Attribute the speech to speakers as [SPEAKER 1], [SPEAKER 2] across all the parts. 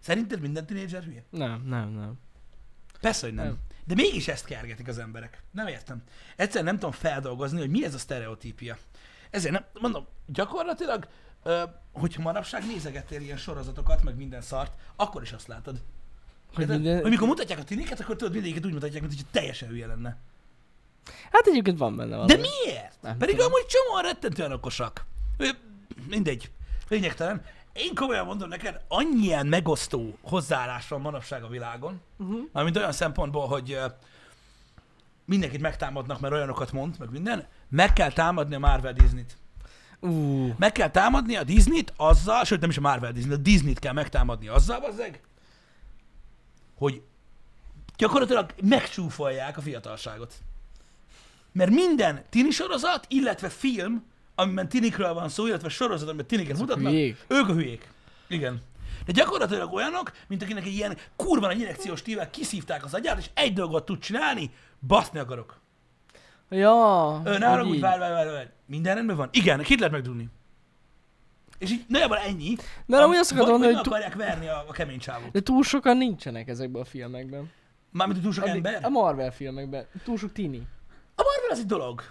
[SPEAKER 1] Szerinted minden tinédzser hülye?
[SPEAKER 2] Nem, nem, nem.
[SPEAKER 1] Persze, hogy nem. nem.
[SPEAKER 2] Nem.
[SPEAKER 1] De mégis ezt kergetik az emberek. Nem értem. Egyszer nem tudom feldolgozni, hogy mi ez a sztereotípia. Ezért nem, mondom, gyakorlatilag, ö, hogyha manapság nézegettél ilyen sorozatokat, meg minden szart, akkor is azt látod.
[SPEAKER 2] Hogy
[SPEAKER 1] Érted?
[SPEAKER 2] minden...
[SPEAKER 1] Hogy mikor mutatják a tiniket, akkor tudod, mindegyiket úgy mutatják, mint hogy teljesen hülye lenne.
[SPEAKER 2] Hát egyébként van benne valami.
[SPEAKER 1] De miért?
[SPEAKER 2] Nem
[SPEAKER 1] Pedig
[SPEAKER 2] tudom.
[SPEAKER 1] amúgy csomóan rettentően okosak. Ö, Mindegy. Lényegtelen. Én komolyan mondom neked, annyian megosztó hozzáállás van manapság a világon,
[SPEAKER 2] Uh-huh.
[SPEAKER 1] mármint olyan szempontból, hogy ö, mindenkit megtámadnak, mert olyanokat mond, meg minden, meg kell támadni a Marvel Disney-t.
[SPEAKER 2] Ú,
[SPEAKER 1] Meg kell támadni a Disney-t azzal, sőt nem is a Marvel Disney, a Disney-t kell megtámadni azzal, bazzeg, hogy gyakorlatilag megcsúfolják a fiatalságot. Mert minden tini sorozat, illetve film, amiben tinikről van szó, illetve sorozat, amiben tiniket mutatnak,
[SPEAKER 2] hülyék.
[SPEAKER 1] ők a hülyék. Igen. De gyakorlatilag olyanok, mint akinek egy ilyen kurva nagy injekciós tívvel kiszívták az agyát, és egy dolgot tud csinálni, baszni akarok.
[SPEAKER 2] Ja.
[SPEAKER 1] Ö, ne
[SPEAKER 2] hogy
[SPEAKER 1] haragudj,
[SPEAKER 2] így.
[SPEAKER 1] várj, várj, várj, várj. Minden rendben van? Igen, kit lehet megdugni? És így nagyjából ennyi.
[SPEAKER 2] De amúgy azt
[SPEAKER 1] Vagy-
[SPEAKER 2] akartam
[SPEAKER 1] vagy
[SPEAKER 2] mondani, hogy
[SPEAKER 1] meg
[SPEAKER 2] túl,
[SPEAKER 1] akarják verni a, a kemény csávót.
[SPEAKER 2] de túl sokan nincsenek ezekben a filmekben.
[SPEAKER 1] Mármint, hogy túl sok
[SPEAKER 2] Addig-
[SPEAKER 1] ember.
[SPEAKER 2] A Marvel filmekben. Túl sok tini.
[SPEAKER 1] A Marvel az egy dolog.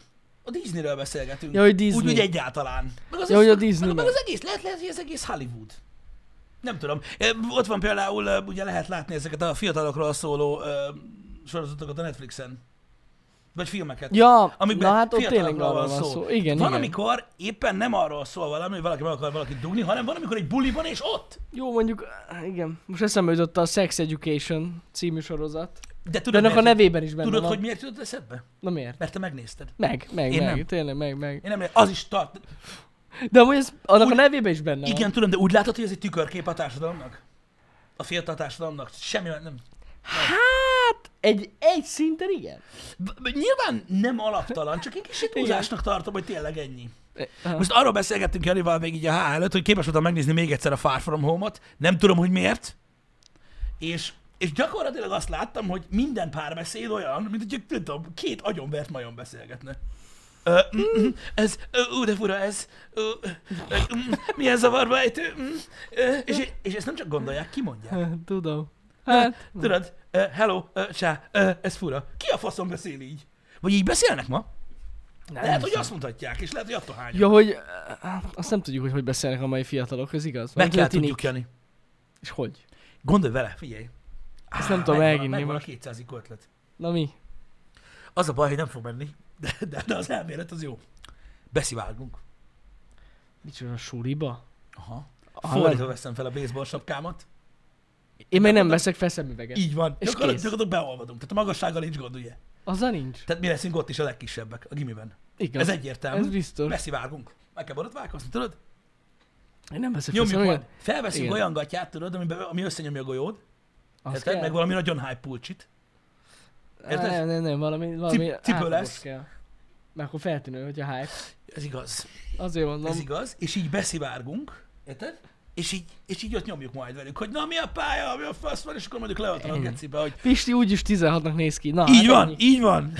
[SPEAKER 1] A Disneyről beszélgetünk.
[SPEAKER 2] Ja, hogy Disney.
[SPEAKER 1] Úgy, hogy egyáltalán. Meg az,
[SPEAKER 2] Ja, hogy a
[SPEAKER 1] meg-
[SPEAKER 2] Disney
[SPEAKER 1] Meg, meg
[SPEAKER 2] meg.
[SPEAKER 1] az egész, lehet, lehet, hogy az egész Hollywood. Nem tudom. Ö, Ott van például, ö, ugye lehet látni ezeket a fiatalokról szóló ö, sorozatokat a Netflixen. Vagy filmeket.
[SPEAKER 2] Ja,
[SPEAKER 1] Amikben
[SPEAKER 2] na hát ott tényleg
[SPEAKER 1] fiatalokról
[SPEAKER 2] arról van szó. Igen,
[SPEAKER 1] van,
[SPEAKER 2] igen.
[SPEAKER 1] amikor éppen nem arról szól valami, hogy valaki meg akar valakit dugni, hanem van, amikor egy buliban és ott.
[SPEAKER 2] Jó, mondjuk, áh, igen. Most eszembe jutott a Sex Education című sorozat.
[SPEAKER 1] De
[SPEAKER 2] De
[SPEAKER 1] tudod,
[SPEAKER 2] annak a
[SPEAKER 1] miért,
[SPEAKER 2] nevében is benne
[SPEAKER 1] tudod
[SPEAKER 2] van.
[SPEAKER 1] hogy miért jutott eszedbe?
[SPEAKER 2] Na miért?
[SPEAKER 1] Mert te megnézted.
[SPEAKER 2] Meg, meg,
[SPEAKER 1] Én
[SPEAKER 2] meg.
[SPEAKER 1] nem.
[SPEAKER 2] Tényleg, meg, meg.
[SPEAKER 1] Én nem az is tart.
[SPEAKER 2] De amúgy ez, annak
[SPEAKER 1] Úgy-
[SPEAKER 2] a nevében is benne van.
[SPEAKER 1] Igen, tudom, de úgy látod, hogy ez egy tükörkép a társadalomnak? A fiatal társadalomnak? Semmi nem. nem.
[SPEAKER 2] Hát, egy, egy szinten igen.
[SPEAKER 1] B- b- Nyilván nem alaptalan, csak én kicsit túlzásnak tartom, hogy tényleg ennyi.
[SPEAKER 2] E, aha.
[SPEAKER 1] Most arról beszélgettünk Janival még így a H előtt, hogy képes voltam megnézni még egyszer a Far From Home-ot, nem tudom, hogy miért. És, és gyakorlatilag azt láttam, hogy minden párbeszéd olyan, mint hogy nem tudom, két agyonvert majom beszélgetne. Ö, mm, mm, ez, ö, ú, de fura ez, ö, ö, mm, milyen zavarba ejtő, mm, ö, és, és ezt nem csak gondolják, kimondják.
[SPEAKER 2] Hát, Tudom. Hát,
[SPEAKER 1] Tudod, uh, hello, uh, csá, uh, ez fura. Ki a faszom beszél így? Vagy így beszélnek ma?
[SPEAKER 2] nem
[SPEAKER 1] Lehet, hogy
[SPEAKER 2] hiszem.
[SPEAKER 1] azt mondhatják, és lehet, hogy attól hányan.
[SPEAKER 2] Ja, hogy... áh, Azt nem tudjuk, hogy hogy beszélnek a mai fiatalok, ez igaz?
[SPEAKER 1] Meg
[SPEAKER 2] Vagy
[SPEAKER 1] kell
[SPEAKER 2] latinik.
[SPEAKER 1] tudjuk, Jani.
[SPEAKER 2] És hogy?
[SPEAKER 1] Gondolj vele, figyelj.
[SPEAKER 2] Ezt nem tudom
[SPEAKER 1] megvan,
[SPEAKER 2] elhinni
[SPEAKER 1] Megvan a
[SPEAKER 2] most.
[SPEAKER 1] 200 ikó ötlet.
[SPEAKER 2] Na mi?
[SPEAKER 1] Az a baj, hogy nem fog menni, de, de, de az elmélet az jó. Besziválgunk.
[SPEAKER 2] Micsoda, suliba?
[SPEAKER 1] Aha.
[SPEAKER 2] Ah,
[SPEAKER 1] Fordítva
[SPEAKER 2] nem.
[SPEAKER 1] veszem fel a baseball sapkámat.
[SPEAKER 2] Én még nem veszek fel szemüveget.
[SPEAKER 1] Így van.
[SPEAKER 2] És
[SPEAKER 1] Gyakorlatilag
[SPEAKER 2] kész.
[SPEAKER 1] gyakorlatilag beolvadunk. Tehát a magassággal nincs gond, ugye?
[SPEAKER 2] Azzal nincs.
[SPEAKER 1] Tehát mi leszünk ott is a legkisebbek a gimiben.
[SPEAKER 2] Igaz.
[SPEAKER 1] Ez
[SPEAKER 2] Ez
[SPEAKER 1] egyértelmű.
[SPEAKER 2] biztos.
[SPEAKER 1] Besziválgunk. Meg kell borotválkozni, tudod?
[SPEAKER 2] Én nem veszek fel
[SPEAKER 1] Nyomjuk majd.
[SPEAKER 2] szemüveget.
[SPEAKER 1] Felveszünk
[SPEAKER 2] Igen.
[SPEAKER 1] olyan gatyát, tudod, ami, ami összenyomja a golyód.
[SPEAKER 2] Azt
[SPEAKER 1] Érted?
[SPEAKER 2] kell?
[SPEAKER 1] Meg valami nagyon hype pulcsit. érted?
[SPEAKER 2] Á, Nem, nem, nem, valami, valami
[SPEAKER 1] Cip- cipő
[SPEAKER 2] átlagos
[SPEAKER 1] lesz.
[SPEAKER 2] kell. Mert akkor feltűnő, hogy a hype.
[SPEAKER 1] Ez igaz.
[SPEAKER 2] Azért mondom.
[SPEAKER 1] Ez igaz. És így beszivárgunk. Érted? És így, és így ott nyomjuk majd velük, hogy na mi a pálya, mi a fasz van, és akkor mondjuk leadtam a
[SPEAKER 2] Igen.
[SPEAKER 1] gecibe, hogy
[SPEAKER 2] Pisti úgyis 16-nak néz ki. Na,
[SPEAKER 1] így
[SPEAKER 2] hát
[SPEAKER 1] van,
[SPEAKER 2] ennyi.
[SPEAKER 1] így van,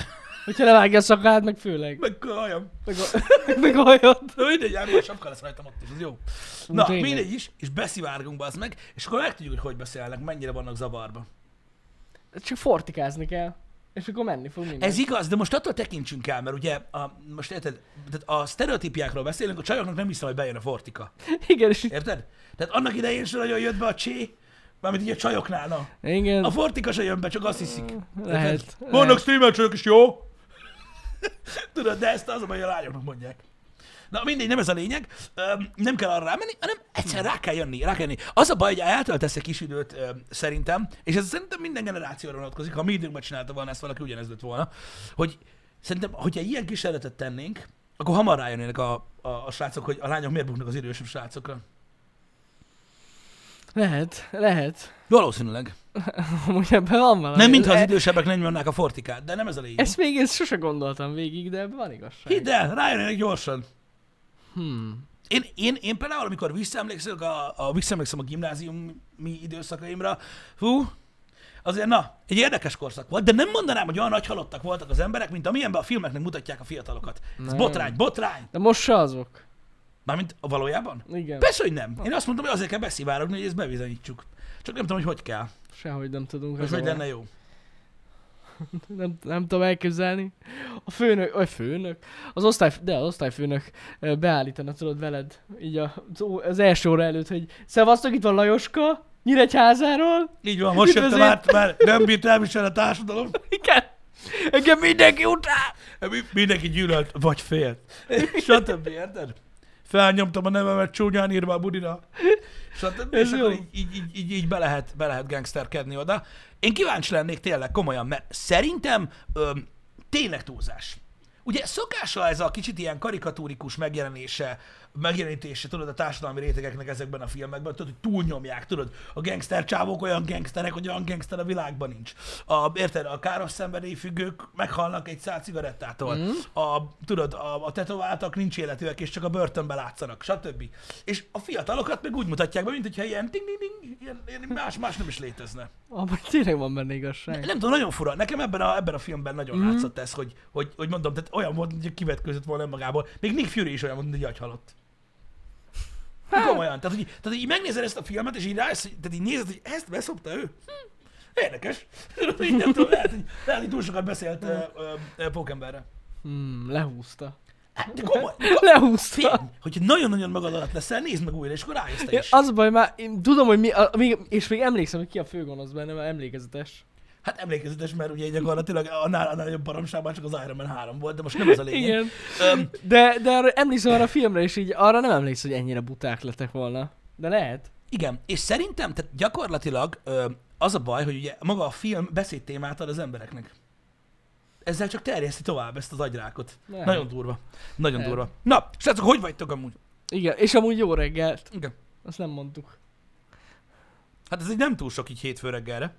[SPEAKER 2] Hogyha levágja a szakát, meg főleg.
[SPEAKER 1] meg a hajam.
[SPEAKER 2] Meg, a, meg a hajad.
[SPEAKER 1] Na mindegy, ám a sapka lesz rajtam ott is, az jó. Na,
[SPEAKER 2] tényleg.
[SPEAKER 1] mindegy is, és beszivárgunk az meg, és akkor megtudjuk, hogy hogy beszélnek, mennyire vannak zavarba.
[SPEAKER 2] Csak fortikázni kell. És akkor menni fog minden.
[SPEAKER 1] Ez igaz, de most attól tekintsünk el, mert ugye, a, most érted, tehát a sztereotípiákról beszélünk, a csajoknak nem hiszem, hogy bejön a fortika.
[SPEAKER 2] Igen, és így-
[SPEAKER 1] Érted? Tehát annak idején sem nagyon jött be a csé, mármint így a csajoknál, na.
[SPEAKER 2] Igen.
[SPEAKER 1] A fortika se jön be, csak azt hiszik.
[SPEAKER 2] Lehet.
[SPEAKER 1] Érted? Vannak streamer csajok is, jó? Tudod, de ezt az, amely a lányoknak mondják. Na mindegy, nem ez a lényeg. Öm, nem kell arra rámenni, hanem egyszer rá kell jönni, rá kell jönni. Az a baj, hogy eltöltesz egy kis időt öm, szerintem, és ez szerintem minden generációra vonatkozik, ha a mi időnkben csinálta volna ezt valaki, ugyanez lett volna, hogy szerintem, hogyha ilyen kísérletet tennénk, akkor hamar rájönnének a, a, a srácok, hogy a lányok miért buknak az idősebb srácokra.
[SPEAKER 2] Lehet, lehet.
[SPEAKER 1] Valószínűleg.
[SPEAKER 2] Amúgy ebben van valami.
[SPEAKER 1] Nem mintha az
[SPEAKER 2] E-
[SPEAKER 1] idősebbek nem nyomnák a fortikát, de nem ez a lényeg.
[SPEAKER 2] Ezt még én sose gondoltam végig, de ebben van igazság.
[SPEAKER 1] Hidd el, rájönnek gyorsan.
[SPEAKER 2] Hmm.
[SPEAKER 1] Én, én, én például, amikor visszaemlékszek a, a, visszaemlékszem a gimnáziumi időszakaimra, hú, azért na, egy érdekes korszak volt, de nem mondanám, hogy olyan nagy halottak voltak az emberek, mint amilyenben a filmeknek mutatják a fiatalokat. Ez
[SPEAKER 2] Nem.
[SPEAKER 1] botrány, botrány.
[SPEAKER 2] De most se azok.
[SPEAKER 1] Mármint a valójában?
[SPEAKER 2] Igen.
[SPEAKER 1] Persze, hogy nem. Én azt mondtam, hogy azért kell beszivárogni, hogy ezt bebizonyítsuk. Csak nem tudom, hogy hogy kell.
[SPEAKER 2] Sehogy nem tudunk.
[SPEAKER 1] És
[SPEAKER 2] az a
[SPEAKER 1] hogy
[SPEAKER 2] baj.
[SPEAKER 1] lenne jó.
[SPEAKER 2] Nem, nem tudom elképzelni. A főnök, a főnök, az osztály, de az osztályfőnök ö, beállítana tudod veled, így a, az ó- az első óra előtt, hogy szevasztok, itt van Lajoska, Nyíregyházáról.
[SPEAKER 1] Így van, most jöttem
[SPEAKER 2] Üdvözlét!
[SPEAKER 1] át, mert nem bírt elviselni a társadalom.
[SPEAKER 2] Igen. Engem mindenki utál.
[SPEAKER 1] Hát Mi- Mindenki gyűlölt, vagy félt. Stb. Érted? Felnyomtam a nevemet csúnyán írva a budira. Stb.
[SPEAKER 2] Ez
[SPEAKER 1] És
[SPEAKER 2] jó.
[SPEAKER 1] akkor így, így, így, így, így be, lehet, be lehet gangsterkedni oda. Én kíváncsi lennék tényleg komolyan, mert szerintem öm, tényleg túlzás. Ugye szokása ez a kicsit ilyen karikatúrikus megjelenése, megjelenítése, tudod, a társadalmi rétegeknek ezekben a filmekben, tudod, hogy túlnyomják, tudod, a gangster csávók olyan gangsterek, hogy olyan gangster a világban nincs. A, érted, a káros szenvedély függők meghalnak egy száz cigarettától. Mm. A, tudod, a, a tetováltak nincs életűek, és csak a börtönbe látszanak, stb. És a fiatalokat meg úgy mutatják be, mint hogyha ilyen ding, ding, ding, ilyen, ilyen más, más nem is létezne.
[SPEAKER 2] Abban tényleg van benne igazság.
[SPEAKER 1] Nem tudom, nagyon fura. Nekem ebben a, ebben a filmben nagyon mm. látszott ez, hogy, hogy, hogy mondom, tehát olyan volt, hogy kivetközött volna önmagából. Még Nick Fury is olyan volt, hogy agyhalott. Hát. Komolyan. Tehát, hogy, tehát, hogy így megnézed ezt a filmet, és így rájössz, hogy- tehát így nézed, hogy ezt beszopta ő. Hm. Érdekes. Így nem tudom, lehet, hogy, lehet, hogy túl sokat beszélt ö, ö, ö, pókemberre.
[SPEAKER 2] Hmm, lehúzta.
[SPEAKER 1] Hát, de komoly.
[SPEAKER 2] Lehúzta.
[SPEAKER 1] Fény, hogyha nagyon-nagyon magad alatt leszel, nézd meg újra, és akkor rájössz te
[SPEAKER 2] Én
[SPEAKER 1] is.
[SPEAKER 2] az a baj, már én tudom, hogy mi, a, még, és még emlékszem, hogy ki a főgonosz benne, mert emlékezetes.
[SPEAKER 1] Hát emlékezetes, mert ugye gyakorlatilag annál, annál jobb baromságban csak az Iron Man 3 volt, de most nem ez a lényeg.
[SPEAKER 2] Igen.
[SPEAKER 1] Öm,
[SPEAKER 2] De, de arra, emlékszem arra a filmre, és így arra nem emlékszem, hogy ennyire buták lettek volna. De lehet.
[SPEAKER 1] Igen, és szerintem tehát gyakorlatilag ö, az a baj, hogy ugye maga a film beszédtémát ad az embereknek. Ezzel csak terjeszti tovább ezt az agyrákot.
[SPEAKER 2] Lehet.
[SPEAKER 1] Nagyon durva. Nagyon
[SPEAKER 2] Lehet.
[SPEAKER 1] durva. Na, srácok, hogy vagytok amúgy?
[SPEAKER 2] Igen, és amúgy jó reggelt.
[SPEAKER 1] Igen.
[SPEAKER 2] Azt nem mondtuk.
[SPEAKER 1] Hát ez egy nem túl sok így hétfő reggelre.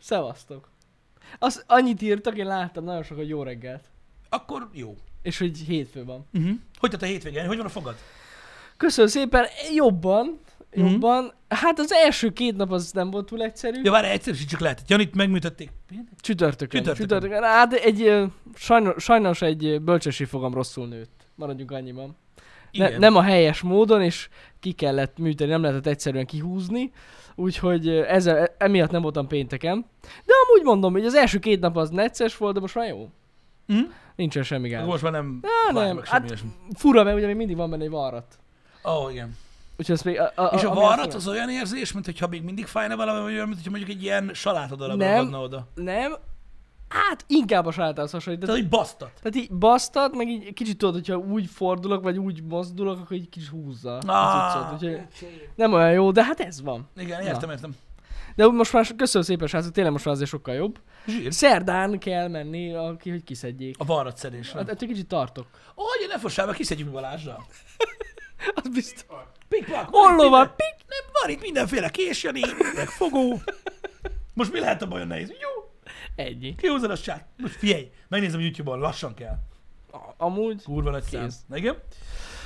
[SPEAKER 2] Szevasztok. Azt annyit írtak, én láttam nagyon sokat jó reggelt.
[SPEAKER 1] Akkor jó.
[SPEAKER 2] És hogy hétfő van.
[SPEAKER 1] Uh-huh. Hogy tett a hétvégén? Hogy van a fogad?
[SPEAKER 2] Köszönöm szépen, jobban,
[SPEAKER 1] Mhm.
[SPEAKER 2] jobban. Hát az első két nap az nem volt túl egyszerű.
[SPEAKER 1] Ja, várj, egyszerűsítsük lehet. Janit megműtötték.
[SPEAKER 2] Csütörtökön.
[SPEAKER 1] Csütörtökön.
[SPEAKER 2] Csütörtökön. Csütörtökön. Hát egy, ö, sajnos, sajnos egy ö, bölcsesi fogam rosszul nőtt. Maradjunk annyiban. Ne,
[SPEAKER 1] Igen.
[SPEAKER 2] nem a helyes módon, és ki kellett műteni, nem lehetett egyszerűen kihúzni. Úgyhogy ö, ezzel, e, emiatt nem voltam pénteken. De amúgy mondom, hogy az első két nap az necces volt, de most már jó.
[SPEAKER 1] Uh-huh.
[SPEAKER 2] Nincsen semmi gáz.
[SPEAKER 1] Most már nem
[SPEAKER 2] Á,
[SPEAKER 1] várj
[SPEAKER 2] nem,
[SPEAKER 1] meg semmi
[SPEAKER 2] hát
[SPEAKER 1] ilyesmi.
[SPEAKER 2] fura, mert ugye még mindig van benne egy varrat.
[SPEAKER 1] Ó, oh, igen.
[SPEAKER 2] Úgyhogy ez még a, a,
[SPEAKER 1] és a
[SPEAKER 2] ami
[SPEAKER 1] varrat
[SPEAKER 2] fura.
[SPEAKER 1] az olyan érzés, mintha még mindig fájna valami, vagy olyan, mintha mondjuk egy ilyen salátadalabra
[SPEAKER 2] Nem.
[SPEAKER 1] adna oda.
[SPEAKER 2] Nem, hát inkább a sátához hasonlít.
[SPEAKER 1] Tehát,
[SPEAKER 2] Tehát,
[SPEAKER 1] hogy basztat.
[SPEAKER 2] tehát így basztat, meg így kicsit tudod, hogyha úgy fordulok, vagy úgy mozdulok, akkor egy kicsit húzza
[SPEAKER 1] Ah.
[SPEAKER 2] ah. az úgyhogy nem olyan jó, de hát ez van.
[SPEAKER 1] Igen,
[SPEAKER 2] Na.
[SPEAKER 1] értem, értem.
[SPEAKER 2] De úgy most már, köszönöm szépen srácok, tényleg most már azért sokkal jobb.
[SPEAKER 1] Zsír.
[SPEAKER 2] Szerdán kell menni, aki, hogy kiszedjék.
[SPEAKER 1] A varrat szedésre.
[SPEAKER 2] Hát ettől kicsit tartok.
[SPEAKER 1] Ó, hogy ne fossál, mert kiszedjük Balázsra.
[SPEAKER 2] Az biztos.
[SPEAKER 1] Pikpak.
[SPEAKER 2] Ollóval,
[SPEAKER 1] pik. Nem, van itt mindenféle késjani, meg fogó. Most mi lehet a bajon nehéz? Jó,
[SPEAKER 2] Ennyi.
[SPEAKER 1] kihúzod a sát. Most figyelj, megnézem YouTube-on, lassan kell.
[SPEAKER 2] A- Amúgy.
[SPEAKER 1] Kurva nagy szám.
[SPEAKER 2] Kész.
[SPEAKER 1] Na, Igen?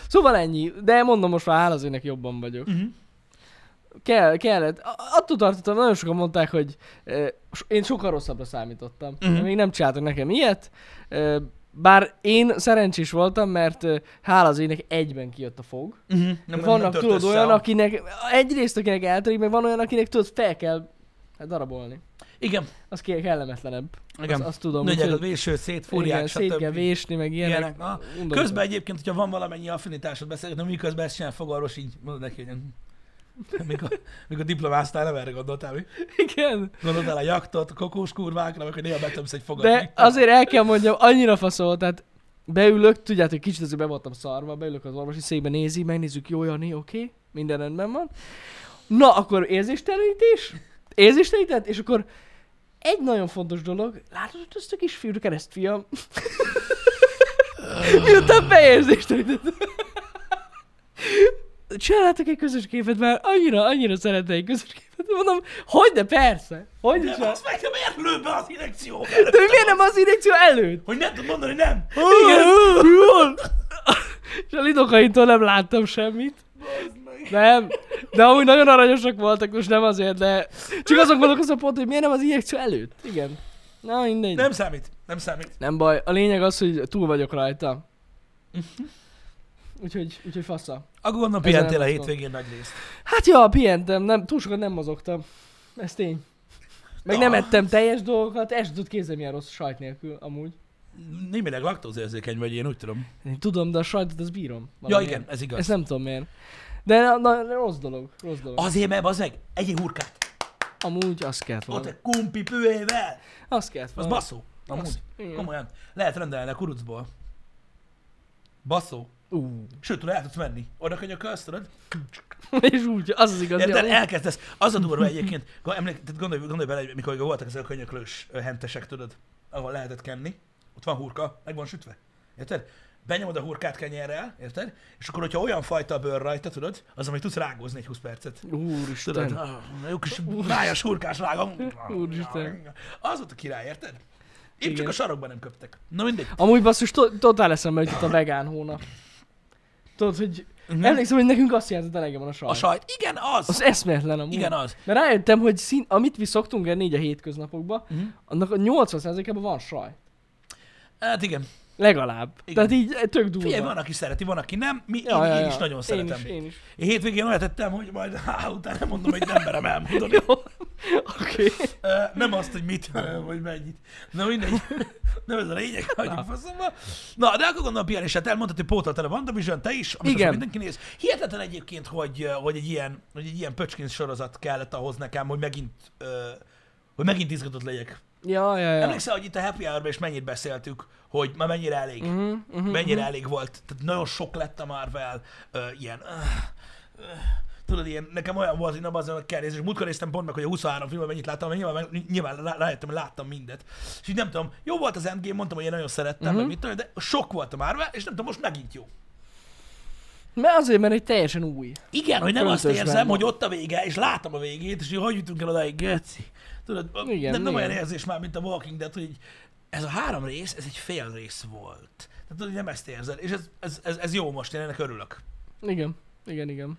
[SPEAKER 2] Szóval ennyi, de mondom most már hála az őnek jobban vagyok.
[SPEAKER 1] Mhm.
[SPEAKER 2] Kell, kellett. A- Attól tartottam, nagyon sokan mondták, hogy ö, so- én sokkal rosszabbra számítottam.
[SPEAKER 1] Mhm.
[SPEAKER 2] Uh-huh. Még nem csináltak nekem ilyet. Ö, bár én szerencsés voltam, mert ö, hála az ének egyben kijött a fog.
[SPEAKER 1] Uh-huh.
[SPEAKER 2] Nem, Mhm. Vannak nem tudod olyan, akinek, egyrészt akinek eltörik, meg van olyan, akinek tudod fel kell hát, darabolni.
[SPEAKER 1] Igen,
[SPEAKER 2] Az ki- kellemetlenebb.
[SPEAKER 1] igen.
[SPEAKER 2] Azt, azt tudom.
[SPEAKER 1] Nőgyek a
[SPEAKER 2] úgyhogy-
[SPEAKER 1] véső,
[SPEAKER 2] igen,
[SPEAKER 1] szétfúrják,
[SPEAKER 2] szét kell
[SPEAKER 1] stb.
[SPEAKER 2] vésni, meg ilyenek.
[SPEAKER 1] Ilyenek. na.
[SPEAKER 2] Undorító.
[SPEAKER 1] Közben egyébként, hogyha van valamennyi affinitásod beszélgetni, miközben ezt csinál fogalmas, így mondod neki, hogy nem. Mikor, mikor diplomáztál, nem erre gondoltál, mi?
[SPEAKER 2] Igen.
[SPEAKER 1] Gondoltál a jaktot, a kokós kurvákra, meg hogy néha betömsz egy fogat.
[SPEAKER 2] De azért el kell mondjam, annyira faszol, tehát beülök, tudjátok, kicsit azért be voltam szarva, beülök az orvosi székbe, nézi, megnézzük, jó, Jani, oké, okay, minden rendben van. Na, akkor érzéstelenítés, érzéstelenítés, és akkor egy nagyon fontos dolog, látod, hogy ez a kisfiú, keresztfiam. Miután beérzéstelenített. Csináltak egy közös képet, mert annyira, annyira szeretne egy közös képet. Mondom, hogy de persze, hogy is.
[SPEAKER 1] Nem,
[SPEAKER 2] De
[SPEAKER 1] azt meg nem miért lő be az inekció?
[SPEAKER 2] miért nem az direkció előtt?
[SPEAKER 1] Hogy nem tud mondani, nem.
[SPEAKER 2] Igen, jól. És a lidokaitól nem láttam semmit. Nem. De amúgy nagyon aranyosak voltak, most nem azért, de... Csak azon gondolkozom pont, hogy miért nem az injekció előtt. Igen. Na mindegy.
[SPEAKER 1] Nem számít, nem számít.
[SPEAKER 2] nem baj. A lényeg az, hogy túl vagyok rajta. Úgyhogy, úgyhogy fasza.
[SPEAKER 1] Akkor gondolom
[SPEAKER 2] Ezen
[SPEAKER 1] pihentél a
[SPEAKER 2] nem
[SPEAKER 1] hétvégén nagy részt.
[SPEAKER 2] Hát ja, pihentem, nem, túl sokat nem mozogtam. Ez tény. Meg nem
[SPEAKER 1] Ah.
[SPEAKER 2] ettem teljes dolgokat, el sem tud képzelni milyen rossz sajt nélkül, amúgy.
[SPEAKER 1] Némileg laktózérzékeny vagy, én úgy tudom.
[SPEAKER 2] Én tudom, de a sajtot az bírom.
[SPEAKER 1] Ja,
[SPEAKER 2] valamiért.
[SPEAKER 1] igen, ez igaz.
[SPEAKER 2] Ezt nem tudom miért. De na, na, rossz dolog, rossz dolog.
[SPEAKER 1] Azért, mert az meg, egyéb hurkát,
[SPEAKER 2] Amúgy az kellett
[SPEAKER 1] ott
[SPEAKER 2] volna.
[SPEAKER 1] egy kumpi pőjével,
[SPEAKER 2] Az kellett
[SPEAKER 1] az
[SPEAKER 2] volna.
[SPEAKER 1] baszó. Amúgy,
[SPEAKER 2] Az- igen.
[SPEAKER 1] komolyan. Lehet rendelni a kurucból. Baszó.
[SPEAKER 2] Ú.
[SPEAKER 1] Sőt, tudod, el tudsz menni. Oda könyökölsz, tudod?
[SPEAKER 2] És úgy, az az igaz.
[SPEAKER 1] Érted?
[SPEAKER 2] hogy-
[SPEAKER 1] Elkezdesz. Az a durva egyébként. Gond- Emlék, tehát gondolj, gondolj bele, hogy mikor még voltak ezek a könyöklős ö, hentesek, tudod, ahol lehetett kenni. Ott van hurka, meg van sütve. Érted? Benyomod a hurkát kenyérrel, érted? És akkor, hogyha olyan fajta a bőr rajta, tudod, az, amit tudsz rágózni egy 20 percet. E- Tudod,
[SPEAKER 2] Úristen.
[SPEAKER 1] ah, jó kis májas hurkás rága.
[SPEAKER 2] Úristen.
[SPEAKER 1] Az volt a király, érted? Épp csak
[SPEAKER 2] Igen.
[SPEAKER 1] a sarokban nem köptek. Na mindegy.
[SPEAKER 2] Amúgy basszus, to- totál eszembe jutott a vegán hónap. Tudod, hogy emlékszem, hogy nekünk azt jelentett a legjobban a sajt.
[SPEAKER 1] A sajt. Igen, az.
[SPEAKER 2] Az eszméletlen amúgy.
[SPEAKER 1] Igen, az.
[SPEAKER 2] Mert rájöttem, hogy szín, amit mi szoktunk enni így a hétköznapokban,
[SPEAKER 1] Mhm.
[SPEAKER 2] annak a 80%-ában van saj.
[SPEAKER 1] Hát igen.
[SPEAKER 2] Legalább.
[SPEAKER 1] Igen.
[SPEAKER 2] Igen. Tehát így eh, tök durva.
[SPEAKER 1] Figyelj, van, aki szereti, van, aki nem. Mi, én, én is nagyon szeretem.
[SPEAKER 2] Én is, én is.
[SPEAKER 1] Én hétvégén olyat tettem, hogy majd há, utána mondom, hogy nem merem elmondani.
[SPEAKER 2] Jó. Oké.
[SPEAKER 1] Ö, nem azt, hogy mit, ö, vagy mennyit. Na mindegy. Nem ez a lényeg, hagyjuk faszomba. Na, de akkor gondolom pihenés, hát elmondtad, hogy pótoltad a WandaVision, te is, amit
[SPEAKER 2] Igen.
[SPEAKER 1] Igen. mindenki néz. Hihetetlen egyébként, hogy, ö, hogy egy ilyen, hogy egy ilyen pöcskins sorozat kellett ahhoz nekem, hogy megint, ö, hogy megint izgatott legyek.
[SPEAKER 2] Ja, ja, ja.
[SPEAKER 1] Emlékszel, hogy itt a Happy Hour-ban is mennyit beszéltük, hogy már mennyire elég?
[SPEAKER 2] Mhm, mhm,
[SPEAKER 1] mennyire elég volt. Tehát nagyon sok lett a Marvel, ö, ilyen... Ö, ö, tudod, ilyen, nekem olyan volt, hogy nem azon kell nézni, és múltkor néztem pont meg, hogy a 23 filmben mennyit láttam, mert nyilván, meg- nyilván rá- rájöttem, hogy láttam mindet. És így nem tudom, jó volt az Endgame, mondtam, hogy én nagyon szerettem, uh-huh. meg mit tudom, én, de sok volt a Marvel, és nem tudom, most megint jó.
[SPEAKER 2] Mert azért, mert egy teljesen új.
[SPEAKER 1] Igen, hogy nem azt
[SPEAKER 2] Fontos
[SPEAKER 1] érzem,
[SPEAKER 2] benne.
[SPEAKER 1] hogy ott a vége, és látom a végét, és hogy hogy jutunk el odáig, Geci. Tudod, igen,
[SPEAKER 2] Igen,
[SPEAKER 1] nem, nem
[SPEAKER 2] igen.
[SPEAKER 1] olyan érzés már, mint a Walking Dead, hogy így ez a három rész, ez egy fél rész volt. Tehát tudod, hogy nem ezt érzed, és ez, ez, ez, ez jó most, én ennek örülök.
[SPEAKER 2] Igen. Igen, igen.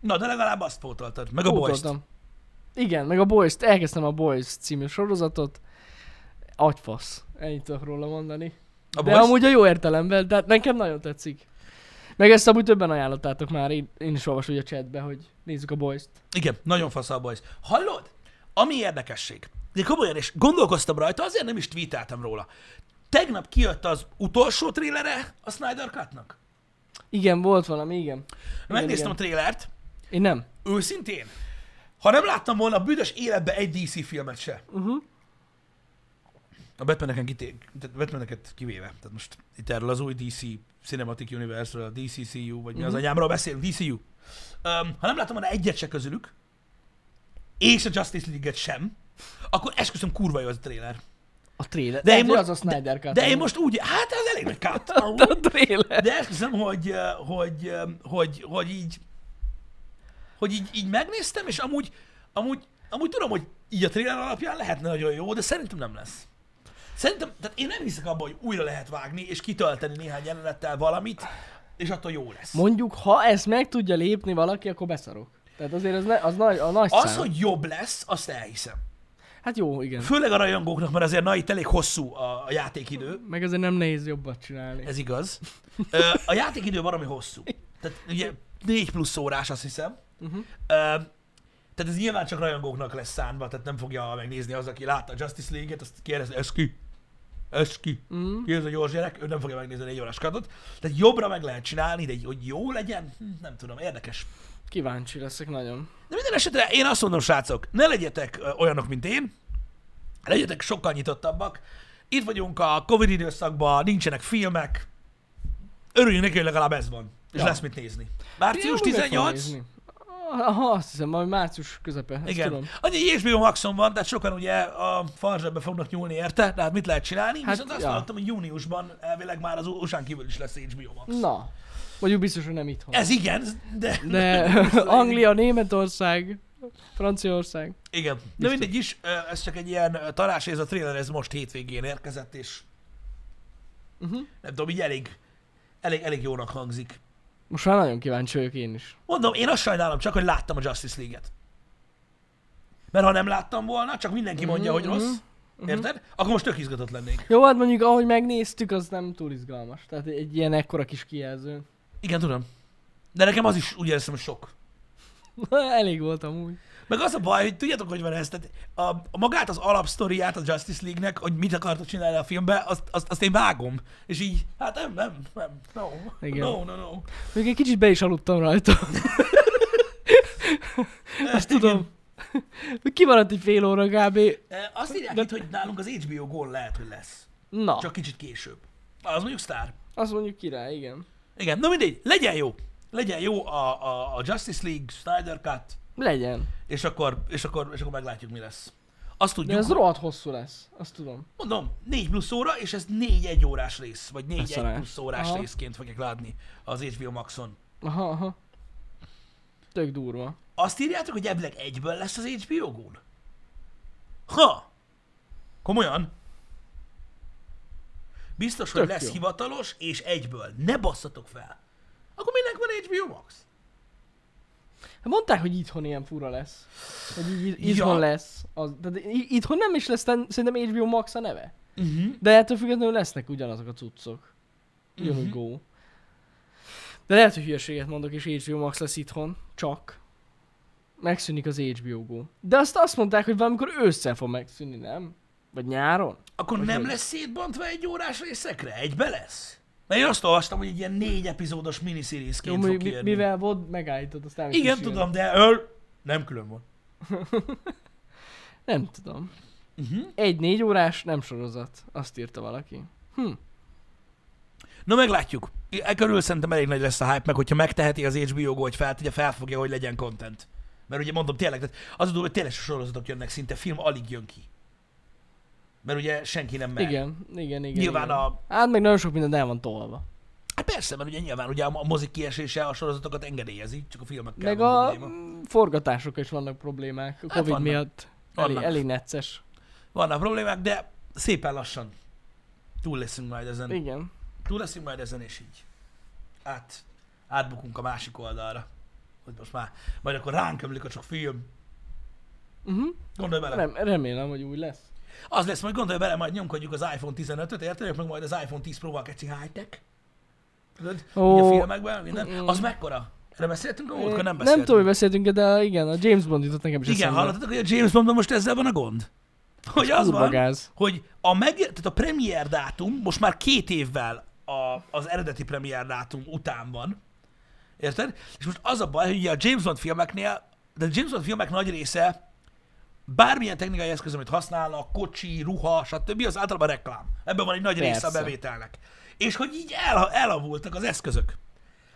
[SPEAKER 1] Na, de legalább azt pótoltad, meg a boys
[SPEAKER 2] Pótoltam. Igen, meg a boys elkezdtem a Boys című sorozatot. Agyfasz. Ennyit tudok róla mondani.
[SPEAKER 1] A
[SPEAKER 2] De
[SPEAKER 1] Boys?
[SPEAKER 2] amúgy a jó értelemben, tehát nekem nagyon tetszik. Meg ezt amúgy többen ajánlottátok már, én, én is olvasom ugye a chatbe, hogy nézzük a boys
[SPEAKER 1] Igen, nagyon fasz a Boys. Hallod? Ami érdekesség. De komolyan, és gondolkoztam rajta, azért nem is tweeteltem róla. Tegnap kijött az utolsó trélere a Snyder Cut-nak.
[SPEAKER 2] Igen, volt valami, igen. igen,
[SPEAKER 1] Megnéztem
[SPEAKER 2] igen.
[SPEAKER 1] a trélert,
[SPEAKER 2] Én nem.
[SPEAKER 1] őszintén, ha nem láttam volna a büdös életbe egy DC filmet se.
[SPEAKER 2] Uh-huh.
[SPEAKER 1] A Batmaneken kité- tehát Batmaneket kivéve. Tehát most itt erről az új DC Cinematic Universe-ről, a DCCU, vagy mi az anyámról beszélünk, DCU. Um, ha nem láttam volna egyet se közülük, és a Justice League-et sem, akkor esküszöm kurva jó az a trailer.
[SPEAKER 2] A trailer.
[SPEAKER 1] De
[SPEAKER 2] De
[SPEAKER 1] én
[SPEAKER 2] én
[SPEAKER 1] mo-
[SPEAKER 2] az a Snyder Cut.
[SPEAKER 1] De én most úgy, hát ez elég nagy cut. amúgy.
[SPEAKER 2] A trailer.
[SPEAKER 1] De esküszöm, hogy, eh, hogy, eh, hogy, hogy így, hogy így, így megnéztem, és amúgy, amúgy, amúgy tudom, hogy így a trailer alapján lehetne nagyon jó, de szerintem nem lesz. Szerintem, tehát én nem hiszek abban, hogy újra lehet vágni, és kitölteni néhány jelenettel valamit, és attól jó lesz.
[SPEAKER 2] Mondjuk, ha ezt meg tudja lépni valaki, akkor beszarok. Tehát azért ez ne, az nagy, a nagy
[SPEAKER 1] Az,
[SPEAKER 2] szám.
[SPEAKER 1] hogy jobb lesz, azt elhiszem.
[SPEAKER 2] Hát jó, igen.
[SPEAKER 1] Főleg a rajongóknak, mert azért na itt elég hosszú a, a játékidő.
[SPEAKER 2] Meg azért nem nehéz jobbat csinálni.
[SPEAKER 1] Ez igaz. Ö, A játékidő valami hosszú. Tehát ugye 4 plusz órás, azt hiszem. Uh-huh. Tehát ez nyilván csak rajongóknak lesz szánva, tehát nem fogja megnézni az, aki látta a Justice League-et, azt kérdezi, ez ki? Ez ki?
[SPEAKER 2] Mm.
[SPEAKER 1] Ki ez a gyors gyerek? Ő nem fogja megnézni a négy órás katot. Tehát jobbra meg lehet csinálni, de hogy jó legyen, Hm, nem tudom, érdekes.
[SPEAKER 2] Kíváncsi leszek nagyon.
[SPEAKER 1] De minden esetre én azt mondom, srácok, ne legyetek ö, olyanok, mint én, legyetek sokkal nyitottabbak. Itt vagyunk a Covid időszakban, nincsenek filmek, örüljünk neki, hogy legalább ez van, és
[SPEAKER 2] Ja.
[SPEAKER 1] lesz mit nézni. Március
[SPEAKER 2] Ja, meg fogom
[SPEAKER 1] 18,
[SPEAKER 2] nézni. Aha, azt hiszem, majd március közepe. Ezt
[SPEAKER 1] igen.
[SPEAKER 2] Tudom.
[SPEAKER 1] Annyi HBO Maxon van, tehát sokan ugye a farzsebbe fognak nyúlni érte, de hát mit lehet csinálni, hát,
[SPEAKER 2] Hát,
[SPEAKER 1] viszont azt
[SPEAKER 2] ja.
[SPEAKER 1] hallottam, hogy júniusban elvileg már az USA-n kívül is lesz HBO Max.
[SPEAKER 2] Na, mondjuk biztos, hogy nem itthon.
[SPEAKER 1] Ez igen, de...
[SPEAKER 2] De Anglia, Németország, Franciaország.
[SPEAKER 1] Igen. De mindegy is, ö, ez csak egy ilyen ö, talás, ez a trailer, ez most hétvégén érkezett, és
[SPEAKER 2] Uh-huh.
[SPEAKER 1] nem tudom, így elég, elég, elég jónak hangzik.
[SPEAKER 2] Most már nagyon kíváncsi vagyok én is.
[SPEAKER 1] Mondom, én azt sajnálom csak, hogy láttam a Justice League-et. Mert ha nem láttam volna, csak mindenki mondja, hogy rossz, érted? Akkor most tök izgatott lennék.
[SPEAKER 2] Jó, hát mondjuk ahogy megnéztük, az nem túl izgalmas. Tehát egy ilyen ekkora kis kijelző.
[SPEAKER 1] Igen, tudom. De nekem az is úgy érzem, hogy sok.
[SPEAKER 2] Elég volt amúgy.
[SPEAKER 1] Meg az a baj, hogy tudjátok, hogy van ez, tehát a, a magát az alapsztoriát a Justice League-nek, hogy mit akartok csinálni a filmbe, azt, azt, azt én vágom. És így, hát nem, nem, nem, no,
[SPEAKER 2] Igen.
[SPEAKER 1] no, no, no.
[SPEAKER 2] Még egy kicsit be is aludtam rajta. Azt tudom. Kimaradt egy fél óra kb.
[SPEAKER 1] E, Azt írják
[SPEAKER 2] De- Ah.
[SPEAKER 1] itt, hogy nálunk az HBO Go lehet, hogy lesz.
[SPEAKER 2] Na,
[SPEAKER 1] Csak kicsit később. Ah, Az mondjuk sztár.
[SPEAKER 2] azt mondjuk király, igen.
[SPEAKER 1] Igen, na mindegy, legyen jó. Legyen jó a, a, a Justice League, Snyder Cut,
[SPEAKER 2] Legyen.
[SPEAKER 1] és akkor, és akkor, és akkor meglátjuk, mi lesz. Azt
[SPEAKER 2] De
[SPEAKER 1] tudjuk,
[SPEAKER 2] ez
[SPEAKER 1] hogy-
[SPEAKER 2] rohadt hosszú lesz, azt tudom.
[SPEAKER 1] mondom, 4 plusz óra, és ez 4 egy órás rész, vagy 4 egy
[SPEAKER 2] szarás.
[SPEAKER 1] plusz órás
[SPEAKER 2] Aha.
[SPEAKER 1] részként fogják látni az HBO Maxon.
[SPEAKER 2] Aha, aha. Tök durva.
[SPEAKER 1] Azt írjátok, hogy ebbleg egyből lesz az HBO Go-n? Ha! Komolyan? Biztos, hogy
[SPEAKER 2] Tök
[SPEAKER 1] lesz
[SPEAKER 2] jó.
[SPEAKER 1] hivatalos, és egyből. Ne basszatok fel! Akkor minek van HBO Max?
[SPEAKER 2] Hát mondták, hogy itthon ilyen fura lesz. Hogy így, így itthon
[SPEAKER 1] Ja.
[SPEAKER 2] ja. lesz. Az, de itthon nem is lesz, de szerintem HBO Max a neve.
[SPEAKER 1] Uh-huh.
[SPEAKER 2] De ettől függetlenül lesznek ugyanazok a cuccok. Ugyanúgy
[SPEAKER 1] Mhm.
[SPEAKER 2] go. De lehet, hogy hülyeséget mondok, és HBO Max lesz itthon. Csak. Megszűnik az HBO Go. De azt azt mondták, hogy valamikor ősszel fog megszűnni, nem? Vagy nyáron?
[SPEAKER 1] Akkor
[SPEAKER 2] Hogy
[SPEAKER 1] nem
[SPEAKER 2] hogy?
[SPEAKER 1] lesz szétbontva egy órás részekre? Egybe lesz? Mert én azt olvastam, hogy egy ilyen négy epizódos
[SPEAKER 2] Jó,
[SPEAKER 1] minisériesként
[SPEAKER 2] mi,
[SPEAKER 1] fog
[SPEAKER 2] mi,
[SPEAKER 1] kijönni.
[SPEAKER 2] mivel volt, megállítod, aztán is
[SPEAKER 1] Igen,
[SPEAKER 2] is jön.
[SPEAKER 1] tudom, de öl... Nem külön van.
[SPEAKER 2] Nem tudom.
[SPEAKER 1] Uh-huh.
[SPEAKER 2] Egy négy órás, nem sorozat. Azt írta valaki. Hm.
[SPEAKER 1] Na meglátjuk. E körül szerintem elég nagy lesz a hype, meg hogyha megteheti az HBO Go, hogy fel, ugye felfogja, hogy legyen content. Mert ugye mondom tényleg, tehát az a durva, hogy tényleg sorozatok jönnek, szinte film alig jön ki. Mert ugye senki nem mer.
[SPEAKER 2] Igen, igen, igen.
[SPEAKER 1] Nyilván
[SPEAKER 2] igen.
[SPEAKER 1] a...
[SPEAKER 2] Hát meg nagyon sok minden el van tolva.
[SPEAKER 1] Hát persze, mert ugye nyilván ugye a mozik kiesése a sorozatokat engedélyezi, csak a filmekkel
[SPEAKER 2] Meg
[SPEAKER 1] van
[SPEAKER 2] a
[SPEAKER 1] probléma.
[SPEAKER 2] mm, forgatások is vannak problémák. A Covid hát
[SPEAKER 1] vannak.
[SPEAKER 2] miatt elég,
[SPEAKER 1] Vannak.
[SPEAKER 2] elég necces.
[SPEAKER 1] Vannak problémák, de szépen lassan túl leszünk majd ezen.
[SPEAKER 2] Igen.
[SPEAKER 1] Túl leszünk majd ezen, és így át, átbukunk a másik oldalra. Hogy most már, majd akkor ránk ömlik a csak film.
[SPEAKER 2] Uh-huh.
[SPEAKER 1] Gondolj bele.
[SPEAKER 2] Rem- remélem, hogy úgy lesz.
[SPEAKER 1] Az lesz, majd gondolj bele, majd nyomkodjuk az iPhone 15-öt, érted? Meg majd az iPhone 10 Pro-val keci high-tech. Tudod? Így a
[SPEAKER 2] Ó.
[SPEAKER 1] filmekben, minden.
[SPEAKER 2] Mm.
[SPEAKER 1] Az mekkora? Erre beszéltünk,
[SPEAKER 2] Ö,
[SPEAKER 1] akkor nem
[SPEAKER 2] nem
[SPEAKER 1] beszéltünk.
[SPEAKER 2] tudom, hogy beszéltünk de igen, a James Bond jutott nekem is
[SPEAKER 1] Igen,
[SPEAKER 2] eszembe.
[SPEAKER 1] hallottatok, hogy a James Bondban most ezzel van a gond? Hogy az
[SPEAKER 2] Kurva
[SPEAKER 1] van,
[SPEAKER 2] gáz.
[SPEAKER 1] hogy a, meg, tehát a premier dátum most már két évvel a, az eredeti premier dátum után van. Érted? És most az a baj, hogy ugye a James Bond filmeknél, de a James Bond filmek nagy része bármilyen technikai eszköz, amit használnak, kocsi, ruha, stb. az általában reklám. Ebben van egy nagy része a
[SPEAKER 2] Persze.
[SPEAKER 1] bevételnek. És hogy így el, elavultak az eszközök.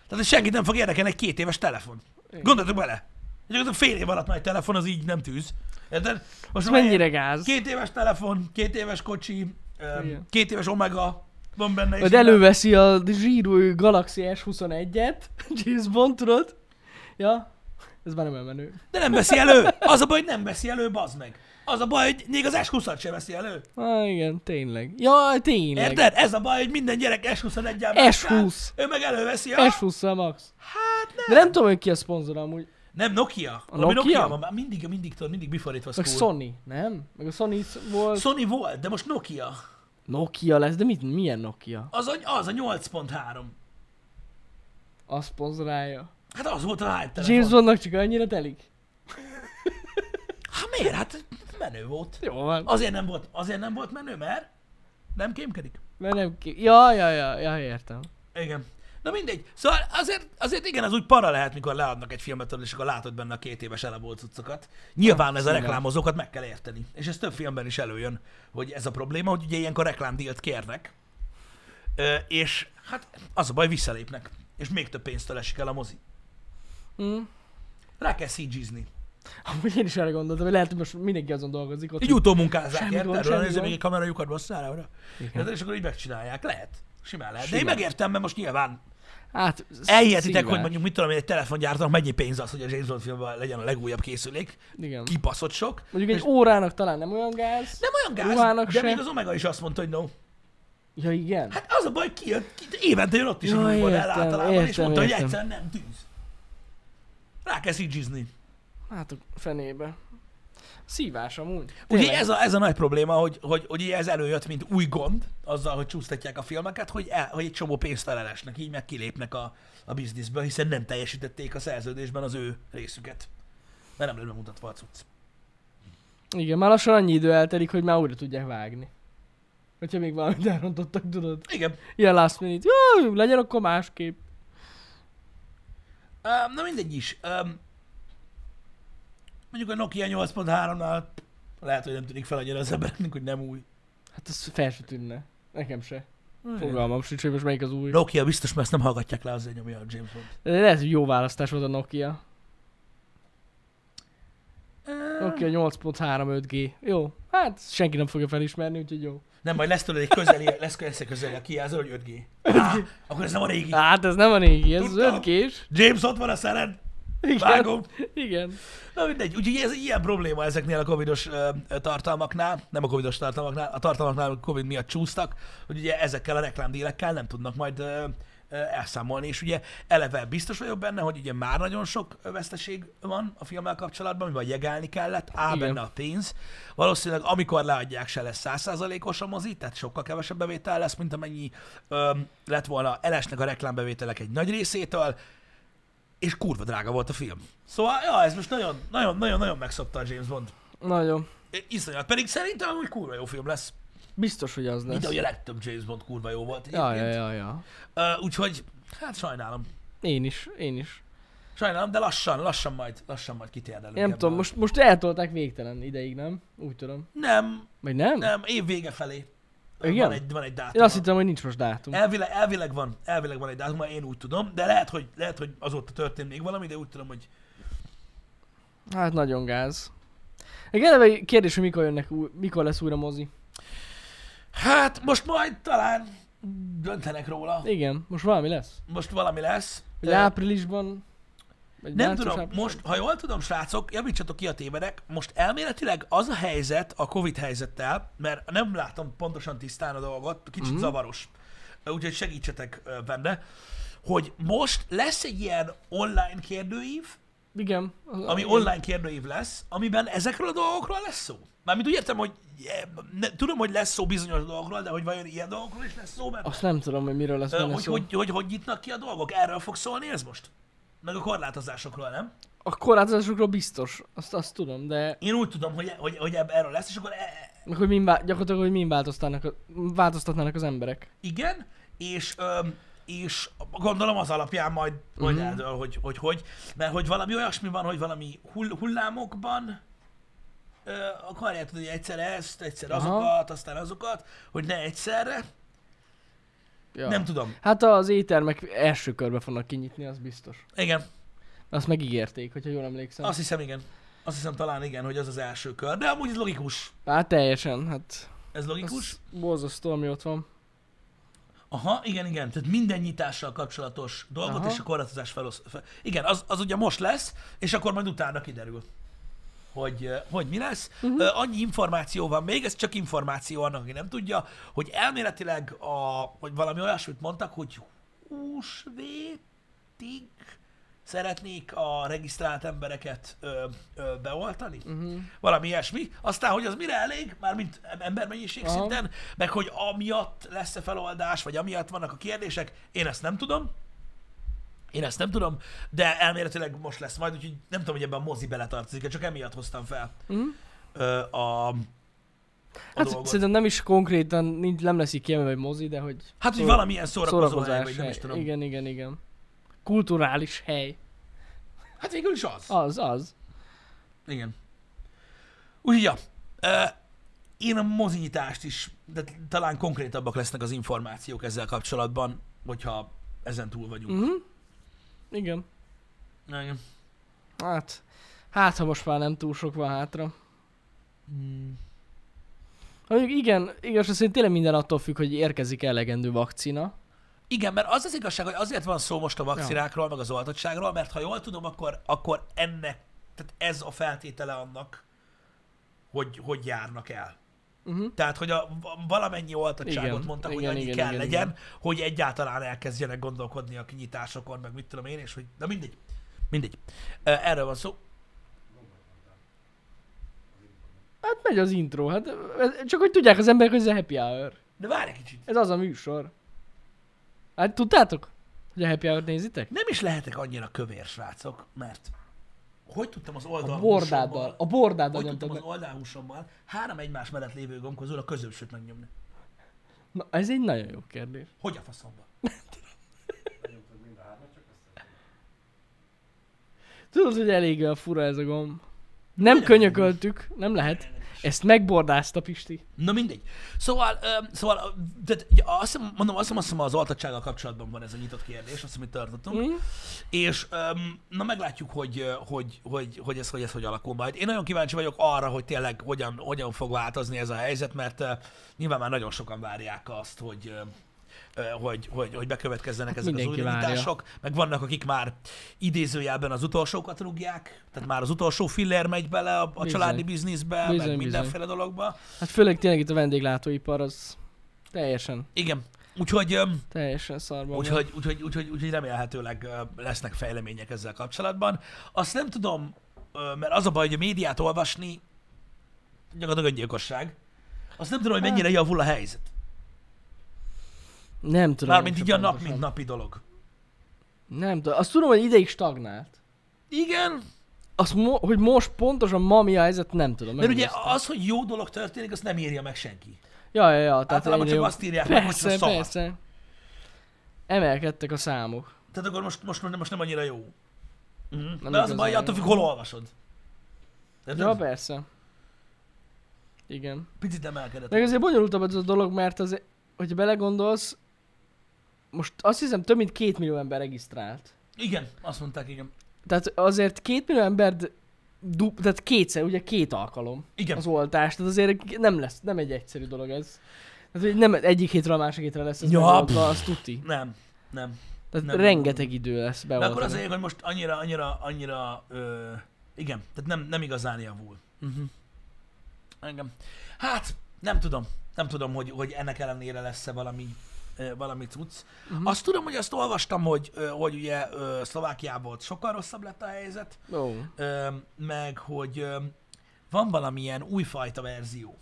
[SPEAKER 1] Tehát hogy senkit nem fog érdekelni egy két éves telefon. Gondoljatok bele. Egy fél év alatt már egy telefon az így nem tűz. Érted? Most
[SPEAKER 2] Ez
[SPEAKER 1] már
[SPEAKER 2] mennyire gáz?
[SPEAKER 1] Két éves telefon, két éves kocsi, öm,
[SPEAKER 2] Igen.
[SPEAKER 1] két éves Omega van benne.
[SPEAKER 2] Vagy előveszi a zsírú Galaxy S21-et, James Bond, tudod? Ja, ez már nem elmenő.
[SPEAKER 1] De nem veszi elő. Az a baj, hogy nem veszi elő, bazd meg. Az a baj, hogy még az S20-at sem veszi elő.
[SPEAKER 2] Ah, igen, tényleg. Ja, tényleg.
[SPEAKER 1] Érted? Ez a baj, hogy minden gyerek S21-el
[SPEAKER 2] S20.
[SPEAKER 1] Ő meg előveszi a...
[SPEAKER 2] S20 max.
[SPEAKER 1] Hát nem.
[SPEAKER 2] De nem tudom, hogy ki a szponzor amúgy.
[SPEAKER 1] Nem, Nokia. A Nokia?
[SPEAKER 2] Nokia?
[SPEAKER 1] Nokia van, már mindig, mindig, tudod, mindig before it was
[SPEAKER 2] Meg
[SPEAKER 1] cool.
[SPEAKER 2] Sony, nem? Meg a Sony is volt.
[SPEAKER 1] Sony volt, de most Nokia.
[SPEAKER 2] Nokia lesz, de mit, milyen Nokia?
[SPEAKER 1] Az a, az a 8.3.
[SPEAKER 2] A szponzorálja.
[SPEAKER 1] Hát az volt a hype telefon.
[SPEAKER 2] James Bondnak csak annyira telik.
[SPEAKER 1] Hát miért? Hát menő volt.
[SPEAKER 2] Jó van.
[SPEAKER 1] Azért nem volt, azért nem volt menő, mert nem kémkedik.
[SPEAKER 2] Mert nem ki... Ja, ja, ja, ja, értem.
[SPEAKER 1] Igen. Na mindegy. Szóval azért, azért igen, az úgy para lehet, mikor leadnak egy filmet, és akkor látod benne a két éves elebolt cuccokat. Nyilván ez a
[SPEAKER 2] színvonal.
[SPEAKER 1] reklámozókat meg kell érteni. És ez több filmben is előjön, hogy ez a probléma, hogy ugye ilyenkor reklámdíjat kérnek. Ö, és hát az a baj, visszalépnek. És még több pénztől esik el a mozi.
[SPEAKER 2] Mm.
[SPEAKER 1] Rá kell cg
[SPEAKER 2] Amúgy én is erre gondoltam, hogy lehet, hogy most mindenki azon dolgozik ott.
[SPEAKER 1] Így utómunkázzák,
[SPEAKER 2] Semmi
[SPEAKER 1] érted?
[SPEAKER 2] gond,
[SPEAKER 1] Erről
[SPEAKER 2] semmi
[SPEAKER 1] nézze
[SPEAKER 2] gond.
[SPEAKER 1] még egy kamera lyukat basszára oda.
[SPEAKER 2] Igen.
[SPEAKER 1] Érted? És akkor így megcsinálják. Lehet. Simán lehet. De én
[SPEAKER 2] Simán.
[SPEAKER 1] megértem, mert most nyilván
[SPEAKER 2] Hát,
[SPEAKER 1] elhihetitek, hogy
[SPEAKER 2] szívás.
[SPEAKER 1] mondjuk mit tudom én, egy telefongyártónak mennyi pénz az, hogy a James Bond filmben legyen a legújabb készülék.
[SPEAKER 2] Igen.
[SPEAKER 1] Kibaszott sok.
[SPEAKER 2] Mondjuk egy
[SPEAKER 1] És-
[SPEAKER 2] órának talán nem olyan gáz.
[SPEAKER 1] Nem olyan gáz,
[SPEAKER 2] Ruhának
[SPEAKER 1] de
[SPEAKER 2] se.
[SPEAKER 1] még az Omega is azt mondta, hogy no.
[SPEAKER 2] Ja, igen.
[SPEAKER 1] Hát az a baj, ki, jött- ki évente jön ott is
[SPEAKER 2] Ja,
[SPEAKER 1] a újból el
[SPEAKER 2] értem,
[SPEAKER 1] általában, és
[SPEAKER 2] értem,
[SPEAKER 1] mondta, hogy
[SPEAKER 2] értem.
[SPEAKER 1] egyszerűen nem tűz. Rá kell szígyizni.
[SPEAKER 2] Hát a fenébe. Szívás amúgy.
[SPEAKER 1] Ugye
[SPEAKER 2] Tényleg.
[SPEAKER 1] ez a, ez a nagy probléma, hogy, hogy, hogy így ez előjött, mint új gond, azzal, hogy csúsztatják a filmeket, hogy, el, hogy egy csomó pénzt elesnek, így meg kilépnek a, a bizniszből, hiszen nem teljesítették a szerződésben az ő részüket. Mert nem lett bemutatva a cucc.
[SPEAKER 2] Igen, már lassan annyi idő eltelik, hogy már újra tudják vágni. Hogyha még valamit elrontottak, tudod.
[SPEAKER 1] Igen.
[SPEAKER 2] Ilyen last minute. Jó, legyen akkor másképp.
[SPEAKER 1] Öm, Na mindegy is. Öm, Mondjuk a Nokia 8.3-nál lehet, hogy nem tűnik fel annyira az embernek, hogy nem új.
[SPEAKER 2] Hát az fel se tűnne. Nekem se. Fogalmam sincs, hogy most melyik az új.
[SPEAKER 1] Nokia biztos, mert ezt nem hallgatják le, azért nyomja a James Bond.
[SPEAKER 2] De lehet, hogy jó választás volt a Nokia.
[SPEAKER 1] Öm,
[SPEAKER 2] Nokia 8.3 5G. Jó. Hát senki nem fogja felismerni, úgyhogy jó.
[SPEAKER 1] Nem, majd lesz tőled egy közeli, lesz lesz közeli a kijelző, hogy 5G. Á, akkor ez nem a régi.
[SPEAKER 2] Hát ez nem a régi, ez az
[SPEAKER 1] Tudtam.
[SPEAKER 2] 5G-s.
[SPEAKER 1] James ott van a szered,
[SPEAKER 2] Igen.
[SPEAKER 1] vágom.
[SPEAKER 2] Igen.
[SPEAKER 1] Na mindegy, úgyhogy ez ilyen probléma ezeknél a covidos ö, ö, tartalmaknál, nem a covidos tartalmaknál, a tartalmaknál a covid miatt csúsztak, hogy ugye ezekkel a reklámdílekkel nem tudnak majd ö, ö, elszámolni, és ugye eleve biztos vagyok benne, hogy ugye már nagyon sok veszteség van a filmmel kapcsolatban, mivel jegálni kellett, áll
[SPEAKER 2] Igen.
[SPEAKER 1] benne a pénz, valószínűleg amikor leadják se lesz százszázalékos a mozi, tehát sokkal kevesebb bevétel lesz, mint amennyi ö, lett volna, elesnek a reklámbevételek egy nagy részétől, és kurva drága volt a film. Szóval, ja, ez most nagyon, nagyon, nagyon, nagyon megszopta a James Bond.
[SPEAKER 2] Nagyon.
[SPEAKER 1] I- Iszonyat, pedig szerintem hogy kurva jó film lesz.
[SPEAKER 2] Biztos, hogy az
[SPEAKER 1] Mint
[SPEAKER 2] lesz.
[SPEAKER 1] ahogy a legtöbb James Bond kurva jó volt
[SPEAKER 2] Ja,
[SPEAKER 1] egyébként.
[SPEAKER 2] ja, ja, ja.
[SPEAKER 1] Ö, úgyhogy, hát sajnálom.
[SPEAKER 2] Én is, én is.
[SPEAKER 1] Sajnálom, de lassan, lassan majd, lassan majd kitérdelünk.
[SPEAKER 2] Nem
[SPEAKER 1] ebből.
[SPEAKER 2] tudom, most, most eltolták végtelen ideig, nem? Úgy tudom.
[SPEAKER 1] Nem,
[SPEAKER 2] Vagy nem?
[SPEAKER 1] nem, év vége felé.
[SPEAKER 2] Igen?
[SPEAKER 1] Van egy, van egy dátum.
[SPEAKER 2] Én azt hittem, hogy nincs most dátum.
[SPEAKER 1] Elvileg, elvileg, van, elvileg van egy dátum, én úgy tudom, de lehet, hogy, lehet, hogy azóta történt még valami, de úgy tudom, hogy
[SPEAKER 2] Hát nagyon gáz. Egy eleve kérdés, hogy mikor, jönnek, új- mikor lesz újra mozi.
[SPEAKER 1] hát most majd talán döntenek róla.
[SPEAKER 2] Igen, most valami lesz.
[SPEAKER 1] Most valami lesz.
[SPEAKER 2] Hogy
[SPEAKER 1] Ö,
[SPEAKER 2] áprilisban... Vagy
[SPEAKER 1] Nem
[SPEAKER 2] március,
[SPEAKER 1] tudom,
[SPEAKER 2] április-
[SPEAKER 1] most, ha jól tudom, srácok, javítsatok ki a tévedek, most elméletileg az a helyzet a Covid helyzettel, mert nem látom pontosan tisztán a dolgot, kicsit mm.
[SPEAKER 2] Mhm.
[SPEAKER 1] zavaros, úgyhogy segítsetek ö, benne, hogy most lesz egy ilyen online kérdőív,
[SPEAKER 2] Igen. az-
[SPEAKER 1] ami
[SPEAKER 2] igen.
[SPEAKER 1] online kérdőív lesz, amiben ezekről a dolgokról lesz szó. Mármint úgy értem, hogy eh, ne, tudom, hogy lesz szó bizonyos dolgokról, de hogy vajon ilyen dolgokról is lesz szó benne?
[SPEAKER 2] Azt nem tudom, hogy miről lesz
[SPEAKER 1] Ö,
[SPEAKER 2] benne
[SPEAKER 1] hogy,
[SPEAKER 2] szó.
[SPEAKER 1] hogy, hogy, hogy nyitnak ki a dolgok? Erről fog szólni ez most? Meg a korlátozásokról, nem?
[SPEAKER 2] A korlátozásokról biztos, azt, azt tudom, de
[SPEAKER 1] Én úgy tudom, hogy, hogy, hogy ebb- erről lesz, és akkor e,
[SPEAKER 2] meg hogy min, vá- gyakorlatilag, hogy min változtatnának, a, változtatnának az emberek.
[SPEAKER 1] igen, és, öm, és gondolom az alapján majd, majd
[SPEAKER 2] Mhm.
[SPEAKER 1] eldől, hogy, hogy hogy, mert hogy valami olyasmi van, hogy valami hull, hullámokban ö, akarják tudni egyszer ezt, egyszer
[SPEAKER 2] Aha.
[SPEAKER 1] azokat, aztán azokat, hogy ne egyszerre,
[SPEAKER 2] Ja.
[SPEAKER 1] nem tudom.
[SPEAKER 2] Hát az éttermek első körbe fognak kinyitni, az biztos.
[SPEAKER 1] Igen,
[SPEAKER 2] Azt megígérték, hogyha jól emlékszem.
[SPEAKER 1] azt hiszem igen. Azt hiszem talán igen, hogy az az első kör, de amúgy ez logikus.
[SPEAKER 2] Hát teljesen, hát
[SPEAKER 1] Ez logikus.
[SPEAKER 2] az borzasztó, ami ott van.
[SPEAKER 1] Aha, igen, igen. Tehát minden nyitással kapcsolatos dolgot Aha.
[SPEAKER 2] Aha.
[SPEAKER 1] és a korlátozás felosz... Fel... Igen, az, az ugye most lesz, és akkor majd utána kiderül, hogy, eh, hogy mi lesz. Uh-huh. Annyi információ van még, ez csak információ annak, aki nem tudja, hogy elméletileg a, hogy valami olyasmit mondtak, hogy húsvétig szeretnék a regisztrált embereket ö, ö, beoltani.
[SPEAKER 2] Uh-huh.
[SPEAKER 1] Valami ilyesmi. Aztán, hogy az mire elég, mármint embermennyiség
[SPEAKER 2] Aha.
[SPEAKER 1] szinten, meg hogy amiatt lesz-e feloldás, vagy amiatt vannak a kérdések, én ezt nem tudom. Én ezt nem tudom, de elméletileg most lesz majd, úgyhogy nem tudom, hogy ebben a mozi beletartozik, csak emiatt hoztam fel
[SPEAKER 2] Mhm.
[SPEAKER 1] ö, a, a
[SPEAKER 2] Hát
[SPEAKER 1] dolgot.
[SPEAKER 2] szerintem nem is konkrétan, nincs, nem lesz így kiemelve, hogy mozi, de hogy
[SPEAKER 1] Hát, hogy
[SPEAKER 2] szó-
[SPEAKER 1] valamilyen szórakozó hely,
[SPEAKER 2] szórakozás
[SPEAKER 1] vagy nem is
[SPEAKER 2] hely.
[SPEAKER 1] tudom.
[SPEAKER 2] Igen, igen, igen. Kulturális hely.
[SPEAKER 1] Hát végül is az.
[SPEAKER 2] Az, az.
[SPEAKER 1] Igen. Úgyhogy, ja, ö, én a mozinyitást is, de t- talán konkrétabbak lesznek az információk ezzel kapcsolatban, hogyha ezen túl vagyunk.
[SPEAKER 2] Uh-huh. Igen.
[SPEAKER 1] Mm. Igen.
[SPEAKER 2] Hát, hát ha most már nem túl sok van hátra.
[SPEAKER 1] Mm.
[SPEAKER 2] Ha mondjuk igen, igaz, azt tényleg minden attól függ, hogy érkezik elegendő vakcina.
[SPEAKER 1] Igen, mert az az igazság, hogy azért van szó most a vakcinákról, meg az oltottságról, mert ha jól tudom, akkor, akkor ennek, tehát ez a feltétele annak, hogy, hogy járnak el.
[SPEAKER 2] Uh-huh.
[SPEAKER 1] Tehát, hogy a, va- valamennyi oltottságot igen,
[SPEAKER 2] Igen,
[SPEAKER 1] mondtak,
[SPEAKER 2] igen,
[SPEAKER 1] hogy annyi
[SPEAKER 2] igen,
[SPEAKER 1] kell igen,
[SPEAKER 2] igen,
[SPEAKER 1] legyen, igen.
[SPEAKER 2] igen.
[SPEAKER 1] hogy egyáltalán elkezdjenek gondolkodni a kinyitásokon, meg mit tudom én, és hogy, na mindegy, mindegy. Ö, Erről van szó.
[SPEAKER 2] Hát megy az intro, hát ez- csak hogy tudják az emberek, hogy ez a happy hour.
[SPEAKER 1] De várj egy kicsit.
[SPEAKER 2] Ez az a műsor. Hát tudtátok, hogy a happy hour nézitek?
[SPEAKER 1] Nem is lehetek annyira kövér, srácok, mert hogy tudtam az
[SPEAKER 2] A
[SPEAKER 1] oldalhúsommal...
[SPEAKER 2] bordáddal, a bordáddal
[SPEAKER 1] Hogy tudtam
[SPEAKER 2] nyomtak
[SPEAKER 1] az
[SPEAKER 2] meg.
[SPEAKER 1] oldalhúsommal három egymás mellett lévő gomb közül a középsőt megnyomni?
[SPEAKER 2] Na, ez egy nagyon jó kérdés.
[SPEAKER 1] Hogy a faszomba?
[SPEAKER 2] Tudod, hogy elég ö, fura ez a gomb. Nem
[SPEAKER 1] Hogyan?
[SPEAKER 2] könyököltük, nem lehet. Ezt megbordázta Pisti.
[SPEAKER 1] Na mindegy. Szóval, öm, szóval ö, tehát, ugye, azt hiszem, mondom, azt hiszem, azt hiszem az altatsággal kapcsolatban van ez a nyitott kérdés, azt amit tartottunk.
[SPEAKER 2] Mm.
[SPEAKER 1] És öm, na meglátjuk, hogy, ö, hogy, hogy, hogy, ez, hogy ez hogy alakul majd. Én nagyon kíváncsi vagyok arra, hogy tényleg hogyan, hogyan fog változni ez a helyzet, mert ö, nyilván már nagyon sokan várják azt, hogy, ö, ö, hogy, hogy, hogy bekövetkezzenek ezek az
[SPEAKER 2] Hát mindenki
[SPEAKER 1] újítások, meg vannak, akik már idézőjelben az utolsókat rúgják, tehát már az utolsó filler megy bele a, a
[SPEAKER 2] Bizony.
[SPEAKER 1] családi bizniszbe,
[SPEAKER 2] Bizony,
[SPEAKER 1] meg
[SPEAKER 2] bizony.
[SPEAKER 1] mindenféle dologba.
[SPEAKER 2] Hát főleg tényleg itt a vendéglátóipar az teljesen,
[SPEAKER 1] Igen. Úgyhogy, öm,
[SPEAKER 2] teljesen szarban van.
[SPEAKER 1] úgyhogy, úgyhogy, úgyhogy, úgyhogy remélhetőleg ö, lesznek fejlemények ezzel kapcsolatban. Azt nem tudom, ö, mert az a baj, hogy a médiát olvasni gyakorlatilag öngyilkosság. Azt nem tudom, hogy mennyire
[SPEAKER 2] Hát,
[SPEAKER 1] javul a helyzet.
[SPEAKER 2] Nem tudom.
[SPEAKER 1] Mármint
[SPEAKER 2] én
[SPEAKER 1] így
[SPEAKER 2] se
[SPEAKER 1] a nap,
[SPEAKER 2] pontosan.
[SPEAKER 1] mint napi dolog.
[SPEAKER 2] Nem tudom. Azt tudom, hogy ideig stagnált.
[SPEAKER 1] Igen,
[SPEAKER 2] Azt mo- hogy most pontosan ma mi a helyzet, nem tudom.
[SPEAKER 1] mert ugye
[SPEAKER 2] megnéztem.
[SPEAKER 1] az, hogy jó dolog történik, azt nem írja meg senki.
[SPEAKER 2] Ja, ja, ja. Tehát
[SPEAKER 1] Általában
[SPEAKER 2] egyre
[SPEAKER 1] csak
[SPEAKER 2] jobb.
[SPEAKER 1] azt írják meg, hogy
[SPEAKER 2] Persze,
[SPEAKER 1] szar.
[SPEAKER 2] persze. Emelkedtek a számok.
[SPEAKER 1] Tehát akkor most, most, most nem annyira jó. Mm. De az a
[SPEAKER 2] igazán
[SPEAKER 1] baj,
[SPEAKER 2] jó.
[SPEAKER 1] attól függ, hol olvasod. De
[SPEAKER 2] Ja,
[SPEAKER 1] ja,
[SPEAKER 2] persze. Igen.
[SPEAKER 1] picit emelkedett.
[SPEAKER 2] Meg azért bonyolultabb ez a dolog, mert az, hogyha belegondolsz, most azt hiszem több mint két millió ember regisztrált.
[SPEAKER 1] Igen, azt mondták, igen.
[SPEAKER 2] Tehát azért két millió ember, du- tehát kétszer, ugye két alkalom
[SPEAKER 1] Igen.
[SPEAKER 2] az oltás, tehát azért nem lesz, nem egy egyszerű dolog ez. Tehát hogy nem egyik hétről a másik hétre lesz ez
[SPEAKER 1] Ja,
[SPEAKER 2] megoltva, az tuti.
[SPEAKER 1] Nem, nem.
[SPEAKER 2] Tehát
[SPEAKER 1] Nem, nem,
[SPEAKER 2] nem, rengeteg idő lesz
[SPEAKER 1] De akkor az a
[SPEAKER 2] beoltani.
[SPEAKER 1] lényeg, hogy most annyira, annyira, annyira, ö, igen, tehát nem, nem igazán javul.
[SPEAKER 2] Mhm.
[SPEAKER 1] Engem. Hát, nem tudom. Nem tudom, hogy, hogy ennek ellenére lesz-e valami, ö, valami cucc.
[SPEAKER 2] Mhm.
[SPEAKER 1] Azt tudom, hogy azt olvastam, hogy, ö, hogy ugye ö, Szlovákiában sokkal rosszabb lett a helyzet,
[SPEAKER 2] Ó,
[SPEAKER 1] ö, meg hogy ö, van valamilyen újfajta verzió,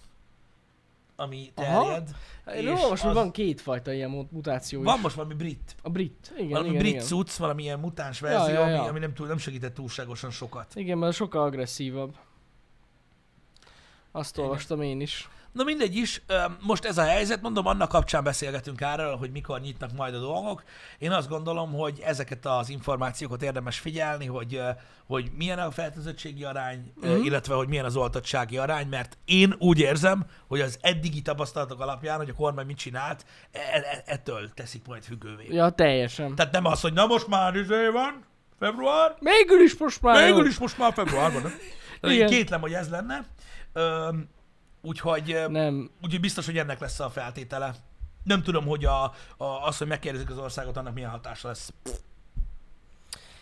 [SPEAKER 1] ami
[SPEAKER 2] Aha.
[SPEAKER 1] terjed.
[SPEAKER 2] Én
[SPEAKER 1] És
[SPEAKER 2] olvasom,
[SPEAKER 1] az-
[SPEAKER 2] az... van kétfajta ilyen mu- mutáció
[SPEAKER 1] Van
[SPEAKER 2] is.
[SPEAKER 1] most valami brit,
[SPEAKER 2] A brit. Igen,
[SPEAKER 1] valami
[SPEAKER 2] igen,
[SPEAKER 1] brit
[SPEAKER 2] igen.
[SPEAKER 1] cucc, valamilyen mutáns
[SPEAKER 2] ja,
[SPEAKER 1] verzió,
[SPEAKER 2] ja.
[SPEAKER 1] Ami, ami nem, túl, nem segített túlságosan sokat.
[SPEAKER 2] Igen, mert sokkal agresszívabb. Azt
[SPEAKER 1] Igen.
[SPEAKER 2] olvastam én is.
[SPEAKER 1] Na mindegy is, ö, most ez a helyzet, mondom, annak kapcsán beszélgetünk erről, hogy mikor nyitnak majd a dolgok. Én azt gondolom, hogy ezeket az információkat érdemes figyelni, hogy, ö, hogy milyen a fertőzöttségi arány, mm.
[SPEAKER 2] Mhm.
[SPEAKER 1] illetve hogy milyen az oltottsági arány, mert én úgy érzem, hogy az eddigi tapasztalatok alapján, hogy a kormány mit csinált, e- e- ettől teszik majd függővé. Ja.
[SPEAKER 2] Ja, teljesen.
[SPEAKER 1] Tehát nem az, hogy na most már izé van, február,
[SPEAKER 2] Végül is most már
[SPEAKER 1] Végül
[SPEAKER 2] jó.
[SPEAKER 1] is most már februárban, nem? Én
[SPEAKER 2] Igen.
[SPEAKER 1] kétlem, hogy ez lenne. Öm, úgyhogy, ö,
[SPEAKER 2] Nem,
[SPEAKER 1] úgyhogy biztos, hogy ennek lesz a feltétele. Nem tudom, hogy a, a, az, hogy megkérdezik az országot, annak milyen hatása lesz.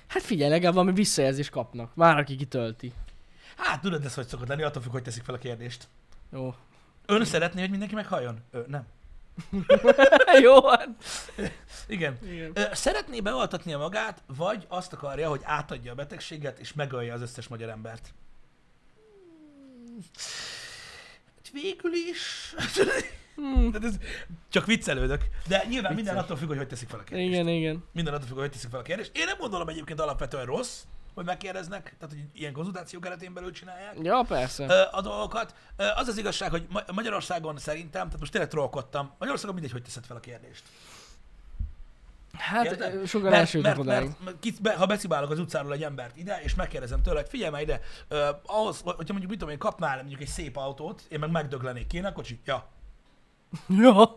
[SPEAKER 2] Hát figyelj, legalább valami visszajelzést kapnak. Már aki kitölti.
[SPEAKER 1] Hát tudod, ez hogy szokott lenni, attól függ, hogy teszik fel a kérdést.
[SPEAKER 2] Jó.
[SPEAKER 1] Ön szeretné, hogy mindenki meghalljon? Ö, nem.
[SPEAKER 2] Jó, hát.
[SPEAKER 1] Igen.
[SPEAKER 2] Igen.
[SPEAKER 1] Ö, szeretné beoltatnia magát, vagy azt akarja, hogy átadja a betegséget, és megölje az összes magyar embert? Hát Végül is.
[SPEAKER 2] Hmm.
[SPEAKER 1] Tehát ez csak viccelődök. De nyilván minden
[SPEAKER 2] Vicces.
[SPEAKER 1] attól függ, hogy hogy teszik fel a kérdést.
[SPEAKER 2] Igen, igen.
[SPEAKER 1] Minden attól függ, hogy teszik fel a kérdést. Én nem gondolom egyébként alapvetően rossz, hogy megkérdeznek, tehát hogy ilyen konzultáció keretén belül csinálják
[SPEAKER 2] Ja, persze.
[SPEAKER 1] ö, a dolgokat. Ö, Az az igazság, hogy Ma- Magyarországon szerintem, tehát most tényleg trollkodtam, Magyarországon mindegy, hogy teszed fel a kérdést.
[SPEAKER 2] Hát
[SPEAKER 1] érted?
[SPEAKER 2] ö, sokan elsültek odáig.
[SPEAKER 1] mert kit, be, ha beszibálok az utcáról egy embert ide, és megkérdezem tőle, hogy figyelj már ide, ö, ahhoz, hogyha mondjuk, mit tudom én, kapnál mondjuk egy szép autót, én meg megdöglenék, kéne a kocsi? Ja,
[SPEAKER 2] Ja.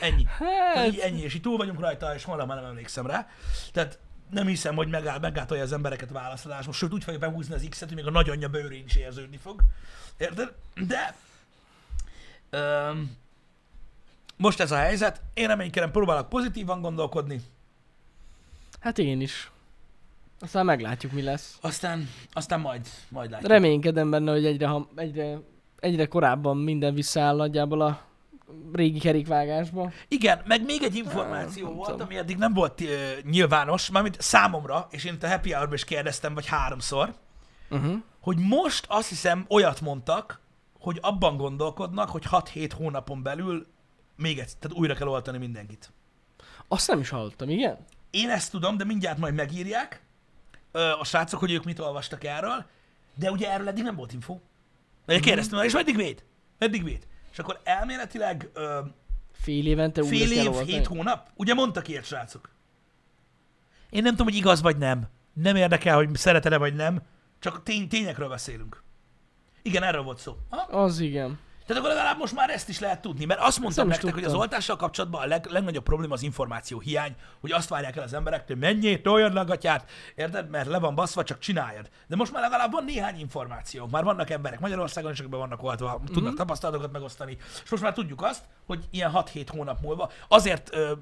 [SPEAKER 1] ennyi.
[SPEAKER 2] Hát,
[SPEAKER 1] Tehát így ennyi, és így túl vagyunk rajta, és holnap már nem emlékszem rá. Tehát nem hiszem, hogy megáll, meggátolja az embereket válaszolásban, sőt úgy fogja behúzni az X-et, hogy még a nagyanyja bőrén is érződni fog. Érted? De... Öm, most ez a helyzet, én reménykedem, próbálok pozitívan gondolkodni,
[SPEAKER 2] hát én is. Aztán meglátjuk, mi lesz.
[SPEAKER 1] aztán, aztán majd, majd látjuk.
[SPEAKER 2] Reménykedem benne, hogy egyre, ha, egyre, egyre korábban minden visszaáll nagyjából a régi kerékvágásba.
[SPEAKER 1] Igen, meg még egy információ
[SPEAKER 2] Ah, nem
[SPEAKER 1] volt,
[SPEAKER 2] tudom.
[SPEAKER 1] ami eddig nem volt ö, nyilvános, mármint számomra, és én itt a happy hour is kérdeztem, vagy háromszor,
[SPEAKER 2] Uh-huh.
[SPEAKER 1] hogy most azt hiszem olyat mondtak, hogy abban gondolkodnak, hogy 6-7 hónapon belül még egyszer, tehát újra kell oltani mindenkit.
[SPEAKER 2] Azt nem is hallottam, igen?
[SPEAKER 1] Én ezt tudom, de mindjárt majd megírják ö, a srácok, hogy ők mit olvastak erről, de ugye erről eddig nem volt info.
[SPEAKER 2] Mhm.
[SPEAKER 1] Vagy kérdeztem, na és meddig véd? Meddig véd? És akkor elméletileg ö,
[SPEAKER 2] Fél évente újra
[SPEAKER 1] fél
[SPEAKER 2] kell
[SPEAKER 1] év,
[SPEAKER 2] oltani.
[SPEAKER 1] hét hónap? Ugye mondtak ilyet, srácok? Én nem tudom, hogy igaz vagy nem. Nem érdekel, hogy szereted-e vagy nem. Csak tény, tényekről beszélünk. Igen, erről volt szó. Ha?
[SPEAKER 2] Az igen.
[SPEAKER 1] Tehát akkor legalább most már ezt is lehet tudni, mert azt mondtam
[SPEAKER 2] Hát nem
[SPEAKER 1] nektek,
[SPEAKER 2] is
[SPEAKER 1] hogy az
[SPEAKER 2] tudtam.
[SPEAKER 1] oltással kapcsolatban a leg, legnagyobb probléma az információ hiány, hogy azt várják el az emberektől, hogy menjél, toljad le a gatyát, érted? Mert le van baszva, csak csináljad. De most már legalább van néhány információ. Már vannak emberek Magyarországon, és akik be vannak oltva,
[SPEAKER 2] Mhm.
[SPEAKER 1] tudnak tapasztalatokat megosztani. És most már tudjuk azt, hogy ilyen 6-7 hónap múlva azért ö,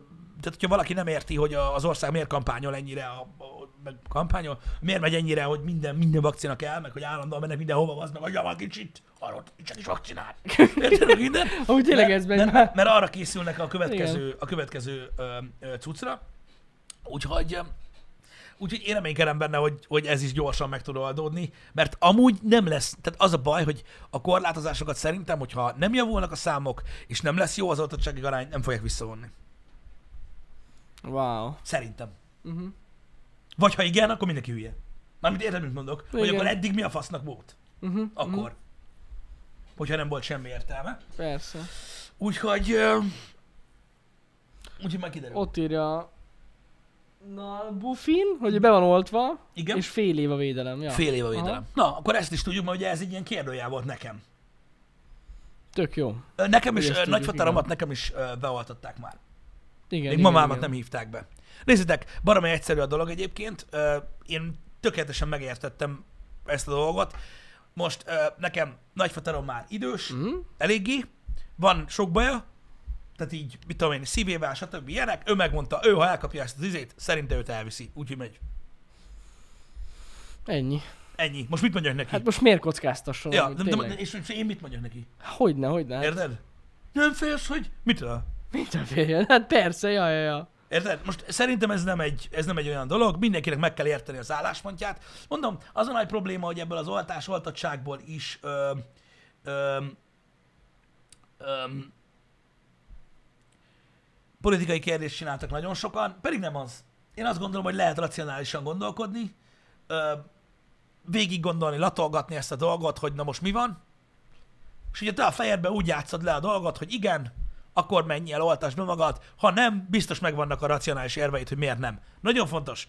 [SPEAKER 1] tehát hogyha valaki nem érti, hogy a- az ország miért kampányol ennyire, a, a, meg kampányol, miért megy ennyire, hogy minden, minden vakcina kell, meg hogy állandóan mennek mindenhova, az meg adja van kicsit, arról csak is vakcinát. Érted hogy minden?
[SPEAKER 2] Amúgy tényleg
[SPEAKER 1] Mert-
[SPEAKER 2] ez megy
[SPEAKER 1] mert,
[SPEAKER 2] már.
[SPEAKER 1] mert, arra készülnek a következő, a következő ö, ö, cuccra. Úgyhogy, ö, úgyhogy én reménykedem benne, hogy, hogy ez is gyorsan meg tud oldódni, mert amúgy nem lesz, tehát az a baj, hogy a korlátozásokat szerintem, hogyha nem javulnak a számok, és nem lesz jó az oltottsági arány, nem fogják visszavonni.
[SPEAKER 2] Wow.
[SPEAKER 1] Szerintem.
[SPEAKER 2] Uh-huh.
[SPEAKER 1] Vagy ha igen, akkor mindenki hülye. Mármint érted, mit mondok, igen. hogy
[SPEAKER 2] Igen.
[SPEAKER 1] akkor eddig mi a fasznak volt?
[SPEAKER 2] Uh-huh.
[SPEAKER 1] Akkor. Uh-huh. Hogyha nem volt semmi értelme.
[SPEAKER 2] Persze.
[SPEAKER 1] Úgyhogy... ö, Úgyhogy már kiderül. Ott.
[SPEAKER 2] Ott írja Na, Buffin, hogy be van oltva,
[SPEAKER 1] Igen.
[SPEAKER 2] és fél év a védelem. Ja.
[SPEAKER 1] Fél év a védelem.
[SPEAKER 2] Aha.
[SPEAKER 1] Na, akkor ezt is tudjuk, mert ugye ez egy ilyen kérdőjel volt nekem.
[SPEAKER 2] Tök jó.
[SPEAKER 1] Ö, Nekem is,
[SPEAKER 2] Ezt
[SPEAKER 1] ö,
[SPEAKER 2] tudjuk,
[SPEAKER 1] nagyfatáromat nekem is ö, beoltották már.
[SPEAKER 2] Igen,
[SPEAKER 1] Még
[SPEAKER 2] igen,
[SPEAKER 1] mamámat
[SPEAKER 2] igen.
[SPEAKER 1] nem hívták be. Nézzétek, baromi egyszerű a dolog egyébként. Ö, Én tökéletesen megértettem ezt a dolgot. Most ö, nekem nagyfatarom már idős,
[SPEAKER 2] Mhm.
[SPEAKER 1] eléggé, van sok baja, tehát így, mit tudom én, szívével, stb. ilyenek. Ő megmondta, ő ha elkapja ezt az izét, szerinte őt elviszi. Úgyhogy megy.
[SPEAKER 2] Ennyi.
[SPEAKER 1] Ennyi. Most mit mondjak neki?
[SPEAKER 2] Hát most miért kockáztasson?
[SPEAKER 1] ja,
[SPEAKER 2] amúgy,
[SPEAKER 1] de, de,
[SPEAKER 2] tényleg?
[SPEAKER 1] de, és és én mit mondjak neki?
[SPEAKER 2] Hogyne, hogyne. Hát
[SPEAKER 1] Érted? Nem félsz, hogy... Mitől?
[SPEAKER 2] Mitől féljen? Hát persze, ja, ja, ja.
[SPEAKER 1] Érted? Most szerintem ez nem, egy, ez nem egy olyan dolog, mindenkinek meg kell érteni az álláspontját. Mondom, az a nagy probléma, hogy ebből az oltás oltottságból is ö, ö, ö, politikai kérdést csináltak nagyon sokan, pedig nem az. Én azt gondolom, hogy lehet racionálisan gondolkodni, ö, végig gondolni, latolgatni ezt a dolgot, hogy na most mi van, és ugye te a fejedbe úgy játszod le a dolgot, hogy igen, akkor menj el, oltasd be magad, ha nem, biztos megvannak a racionális érveid, hogy miért nem. Nagyon fontos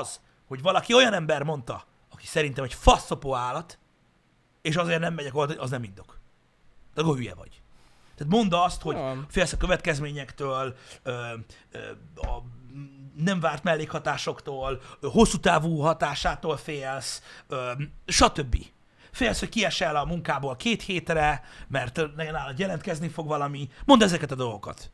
[SPEAKER 1] az, hogy valaki olyan ember mondta, aki szerintem egy faszopó állat, és azért nem megyek oltani, az nem indok. De akkor hülye vagy. Tehát mondd azt, hogy
[SPEAKER 2] Nem.
[SPEAKER 1] félsz a következményektől, ö, ö, a nem várt mellékhatásoktól, ö, hosszú távú hatásától félsz, ö, stb. Félsz, hogy kiesel a munkából két hétre, mert ö, nálad jelentkezni fog valami. Mondd ezeket a dolgokat.